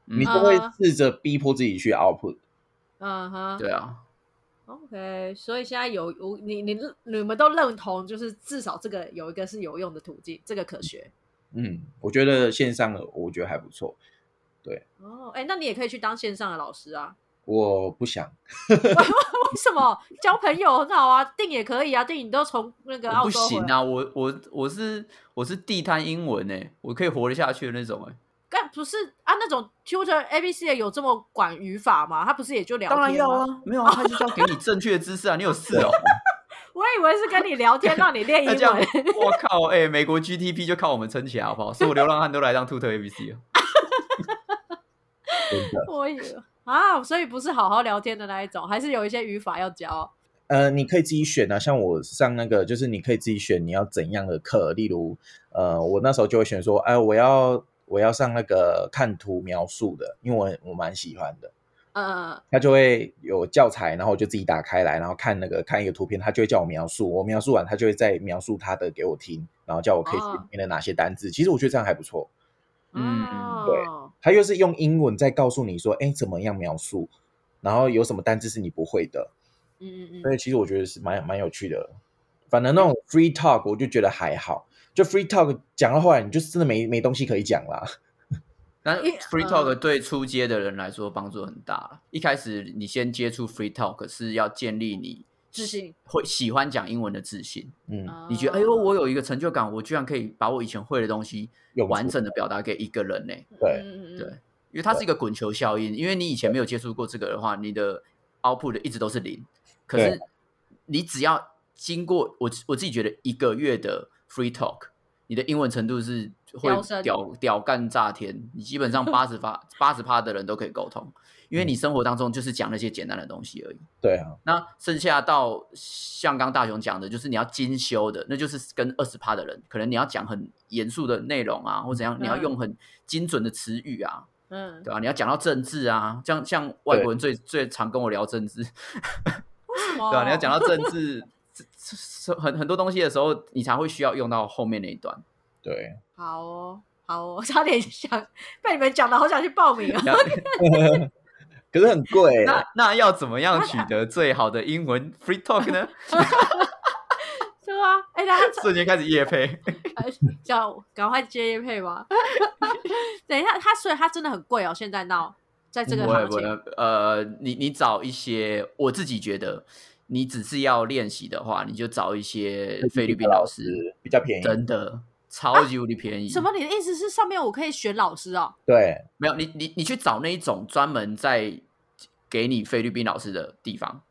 Speaker 2: 嗯
Speaker 3: 你都会
Speaker 1: 啊
Speaker 3: 试着逼迫自己去 output。
Speaker 1: 嗯哼，
Speaker 2: 对啊，
Speaker 1: OK，所以现在有有你你你们都认同，就是至少这个有一个是有用的途径，这个可学。
Speaker 3: 嗯，我觉得线上的我觉得还不错。
Speaker 1: 哦，哎，那你也可以去当线上的老师啊？ (laughs)
Speaker 3: 我不想，
Speaker 1: 为什么交朋友很好啊？定也可以啊，定你都从那个
Speaker 2: 我
Speaker 1: 澳
Speaker 2: 不
Speaker 1: 洲回
Speaker 2: 行
Speaker 1: 来，
Speaker 2: 啊，我我我是我是地摊英文呢、欸我可以活得下去的那种哎、
Speaker 1: 干不是啊？那种 tutor A B C 的有这么管语法吗？他不是也就聊天吗？哦
Speaker 2: 没有啊，他就是要给你正确的知识啊，你有事
Speaker 1: (laughs)
Speaker 2: 哦。
Speaker 1: 我以为是跟你聊
Speaker 2: (laughs)
Speaker 1: 天，让你练英
Speaker 2: 那这样，
Speaker 1: 文。
Speaker 2: 我靠，哎、美国 GDP 就靠我们撑起来好不好？所有流浪汉都来当兔头 ABC 了。
Speaker 3: 真的。
Speaker 1: (laughs) 我以为啊，所以不是好好聊天的那一种，还是有一些语法要教。
Speaker 3: 呃，你可以自己选啊，像我上那个，就是你可以自己选你要怎样的课，例如，呃，我那时候就会选说，哎，我要我要上那个看图描述的，因为我我蛮喜欢的，
Speaker 1: 呃，
Speaker 3: 他就会有教材，然后我就自己打开来，然后看那个看一个图片，他就会叫我描述，我描述完，他就会再描述他的给我听，然后叫我可以
Speaker 1: 哦
Speaker 3: 里面的哪些单字，其实我觉得这样还不错，
Speaker 2: 嗯
Speaker 1: 呃哦，
Speaker 3: 对他又是用英文在告诉你说，哎，怎么样描述，然后有什么单字是你不会的，
Speaker 1: 嗯嗯
Speaker 3: 所
Speaker 1: 嗯，
Speaker 3: 以其实我觉得是蛮蛮有趣的。反正那种 free talk 我就觉得还好，就 free talk 讲到后来你就真的没没东西可以讲啦。
Speaker 2: 但
Speaker 1: 因为
Speaker 2: free
Speaker 1: 呃
Speaker 2: talk 对初阶的人来说帮助很大了。一开始你先接触 free talk 是要建立你
Speaker 1: 自信。哦
Speaker 2: 会喜欢讲英文的自信。
Speaker 3: 嗯，
Speaker 2: 你觉得，哎呦，我有一个成就感，我居然可以把我以前会的东西
Speaker 3: 用出
Speaker 2: 完整的表达给一个人呢、
Speaker 3: 对
Speaker 1: 嗯嗯嗯
Speaker 2: 对，因为它是一个滚球效应，因为你以前没有接触过这个的话，你的 output 一直都是零。可
Speaker 3: 对
Speaker 2: 是你只要经过我我自己觉得一个月的 free talk，你的英文程度是会
Speaker 1: 飙升
Speaker 2: 屌屌干炸天，你基本
Speaker 1: (laughs)
Speaker 2: 上八十发八十趴的人都可以沟通，因为你生活当中就是讲那些简单的东西而已。
Speaker 3: 对啊，
Speaker 2: 那剩下到像刚大雄讲的，就是你要精修的，那就是跟二十趴的人，可能你要讲很严肃的内容啊，或怎样，你要
Speaker 1: 嗯
Speaker 2: 用很精准的词语啊，
Speaker 1: 嗯，
Speaker 2: 对吧、你要讲到政治啊，像像外国人最最常跟我聊政治， (laughs)
Speaker 1: 对
Speaker 2: 对啊
Speaker 1: 哦
Speaker 2: 吧、你要讲到政治这这这很很多东西的时候，你才会需要用到后面那一
Speaker 1: (laughs)
Speaker 2: 段。
Speaker 3: 对，
Speaker 1: 好哦，好哦， (laughs) 差点想被你们讲的，好想去报名
Speaker 2: (laughs)
Speaker 1: 哦。
Speaker 2: 那
Speaker 3: 可是很贵、
Speaker 2: 那那要怎么样取得最好的英文 free talk
Speaker 1: (laughs)
Speaker 2: 呢？
Speaker 1: 对啊，哎，大家
Speaker 2: 瞬间开始夜配，
Speaker 1: 叫赶快接叶配吧。 (laughs) 等一下，它所以它真的很贵哦，现在闹在这个
Speaker 2: 不会
Speaker 1: 行
Speaker 2: 嗯不会
Speaker 1: 情，，
Speaker 2: 呃，你你找一些，我自己觉得，你只是要练习的话，你就找一些菲律宾老师，
Speaker 3: 比较便宜，
Speaker 2: 真的超级无敌便宜。
Speaker 1: 啊什么？你的意思是上面我可以选老师哦？
Speaker 3: 对，
Speaker 2: 没有，你你你去找那一种专门在给你菲律宾老师的地方，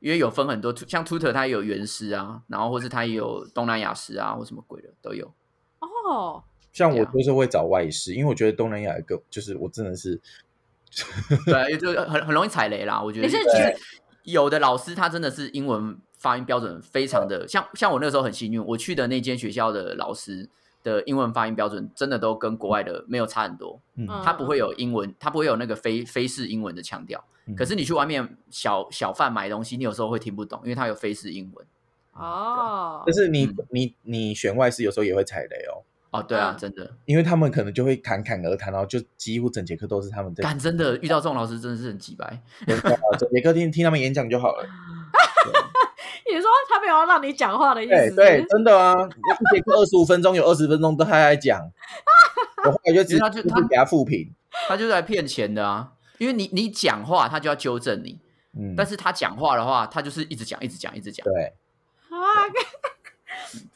Speaker 2: 因为有分很多，像 Tutor 它也有原师啊，然后或是它也有东南亚师啊，或什么鬼的都有。
Speaker 1: 哦，
Speaker 3: 像我
Speaker 2: 对啊
Speaker 3: 就是会找外师，因为我觉得东南亚有一个就是我真的是
Speaker 2: 对啊，就很很容易踩雷啦。我觉得
Speaker 1: 你是
Speaker 2: 就是有的老师他真的是英文发音标准非常的，像像我那时候很幸运，我去的那间学校的老师的英文发音标准真的都跟国外的没有差很多。
Speaker 3: 嗯
Speaker 1: 嗯
Speaker 2: 它不会有英文，它不会有那个非非式英文的腔调
Speaker 3: 嗯。
Speaker 2: 可是你去外面小小贩买东西，你有时候会听不懂，因为它有非式英文。
Speaker 1: 哦
Speaker 3: 但，是你、
Speaker 2: 嗯
Speaker 3: 你你选外师有时候也会踩雷哦，
Speaker 2: 哦，对啊
Speaker 1: 嗯，
Speaker 2: 真的，
Speaker 3: 因为他们可能就会侃侃而谈，然后就几乎整节课都是他们在啊
Speaker 2: 干真的遇到这种老师真的是很鸡掰。
Speaker 3: 整节课听听他们演讲就好了。
Speaker 1: 你说他没有要让你讲话的意
Speaker 3: 对
Speaker 1: 思？
Speaker 3: 对，真的啊，一节课二十五分钟，有二十分钟都他在
Speaker 2: (laughs)
Speaker 3: 讲。我后来就直
Speaker 2: 因为他
Speaker 3: 接
Speaker 2: 就
Speaker 3: 就是给他复评，
Speaker 2: 他就是来骗钱的啊，因为你你讲话，他就要纠正你，
Speaker 3: 嗯，
Speaker 2: 但是他讲话的话，他就是一直讲，一直讲，一直讲。
Speaker 3: 对
Speaker 1: 啊，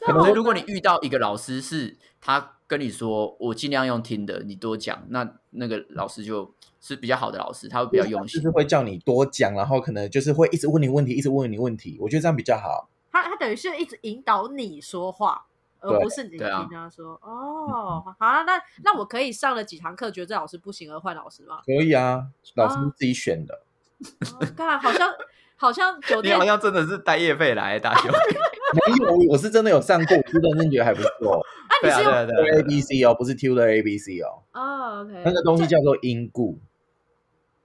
Speaker 2: 可能如果你遇到一个老师是他跟你说，我尽量用听的，你多讲，那那个老师就是比较好的老师，他会比较用
Speaker 3: 就
Speaker 2: 心
Speaker 3: 是。会叫你多讲，然后可能就是会一直问你问题，一直问你问题，我觉得这样比较好。
Speaker 1: 他他等于是一直引导你说话，而
Speaker 3: 对
Speaker 1: 不是你
Speaker 2: 对啊嗯
Speaker 1: 听他说。哦，好啊，那那我可以上了几堂课，觉得这老师不行而换老师吗？
Speaker 3: 可以啊，老师
Speaker 1: 啊
Speaker 3: 自己选的， (laughs)
Speaker 1: 哦干、好像好像酒
Speaker 2: (laughs) 你
Speaker 1: 店
Speaker 2: 好像真的是带业费来大 (laughs) 雄。
Speaker 3: 没有，我是真的有上过，我是认真觉得还不
Speaker 2: (laughs)
Speaker 3: 错。
Speaker 1: 那
Speaker 2: 对
Speaker 1: 你
Speaker 2: 啊，
Speaker 1: 是用
Speaker 2: 对啊，对
Speaker 3: A
Speaker 2: 啊
Speaker 3: B C 哦，不是 Tutor A B C 哦，
Speaker 1: 哦，OK，
Speaker 2: 嗯
Speaker 3: 那个东西叫做英固，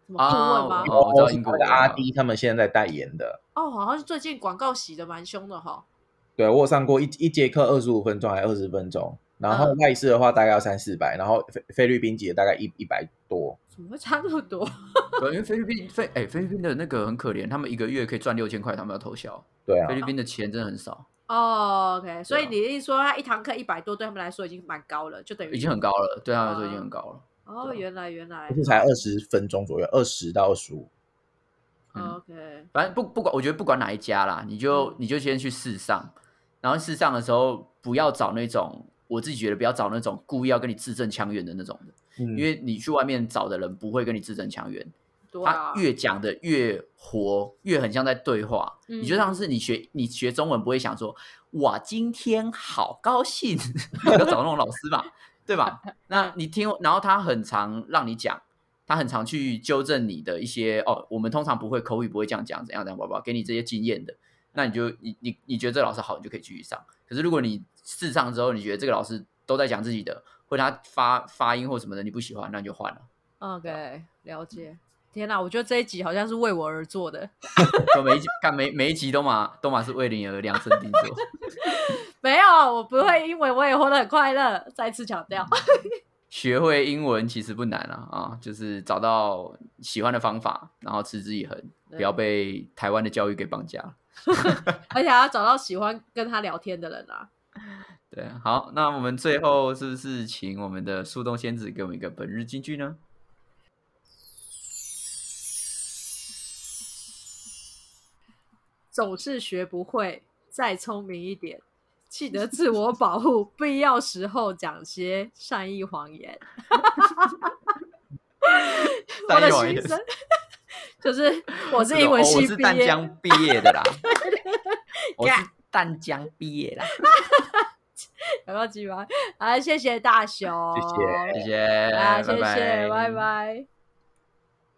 Speaker 1: 什么
Speaker 2: 啊
Speaker 1: 顾问吗？
Speaker 2: 哦我知道
Speaker 3: 是
Speaker 2: 英固
Speaker 3: 那个阿迪他们现在在代言的。
Speaker 1: 哦，好像是最近广告洗的蛮凶的哈。
Speaker 3: 对我有上过一一节课二十五分钟还是二十分钟，然后
Speaker 2: 嗯
Speaker 3: 外事的话大概要三四百，然后菲菲律宾籍的大概一一百多。
Speaker 1: 怎么会差那么多？ (laughs)
Speaker 2: 对，因为菲律宾菲哎、菲律宾的那个很可怜，他们一个月可以赚六千块，他们要偷笑。
Speaker 3: 对啊
Speaker 2: 菲，律宾的钱真的很少，
Speaker 1: 哦、o k 所以
Speaker 2: 啊
Speaker 1: 你一说他一堂课一百多，对他们来说已经蛮高了，就等于
Speaker 2: 已经很高啊了，对他们来说已经很高了。
Speaker 1: 哦，原来原来
Speaker 3: 就是才二十分钟左右，二十到二十五。哦
Speaker 2: 嗯
Speaker 1: OK，
Speaker 2: 反正不不管，我觉得不管哪一家啦，你就
Speaker 1: 嗯
Speaker 2: 你就先去试上，然后试上的时候不要找那种，我自己觉得不要找那种故意要跟你字正腔圆的那种的，
Speaker 3: 嗯
Speaker 2: 因为你去外面找的人不会跟你字正腔圆，
Speaker 1: 对
Speaker 2: 他
Speaker 1: 啊，
Speaker 2: 越讲的越活，越很像在对话。
Speaker 1: 嗯
Speaker 2: 你就像是你学你学中文不会想说“我今天好高兴”， (laughs) 要找那种老师吧，
Speaker 1: (laughs)
Speaker 2: 对吧？那你听，然后他很常让你讲，他很常去纠正你的一些哦，我们通常不会口语不会这样讲，怎样怎样，宝宝给你这些经验的，那你就你你你觉得这个老师好，你就可以继续上。可是如果你试上之后，你觉得这个老师都在讲自己的，或者他发发音或什么的你不喜欢，那你就换了。
Speaker 1: OK 了
Speaker 2: 啊
Speaker 1: 解。天哪，我觉得这一集好像是为我而做的。
Speaker 2: 就每一集干每每一集都嘛都嘛是为你而量身定做。嗯
Speaker 1: 没有，我不会，因为我也活得很快乐。再次强调，
Speaker 2: 学会英文其实不难啊啊，就是找到喜欢的方法，然后持之以恒，不要被台湾的教育给绑架。
Speaker 1: (laughs) 而且还要找到喜欢跟他聊天的人啊。
Speaker 2: 对，啊好，那我们最后是不是请我们的树洞仙子给我们一个本日金句呢？
Speaker 1: 总是学不会，再聪明一点，记得自我保护，必要时候讲些善意谎言。我的心声就是，我是英文
Speaker 2: 哦
Speaker 1: 系
Speaker 2: 我是
Speaker 1: 毕
Speaker 2: 淡
Speaker 1: 业，
Speaker 2: 江毕业
Speaker 1: (laughs)
Speaker 2: 的啦，我是淡江毕业啦，
Speaker 1: 有没有鸡巴？啊，谢谢大雄，
Speaker 3: 谢谢
Speaker 2: 谢谢，
Speaker 1: 啊，谢
Speaker 2: 拜
Speaker 1: 谢，拜
Speaker 2: 拜。
Speaker 1: 拜。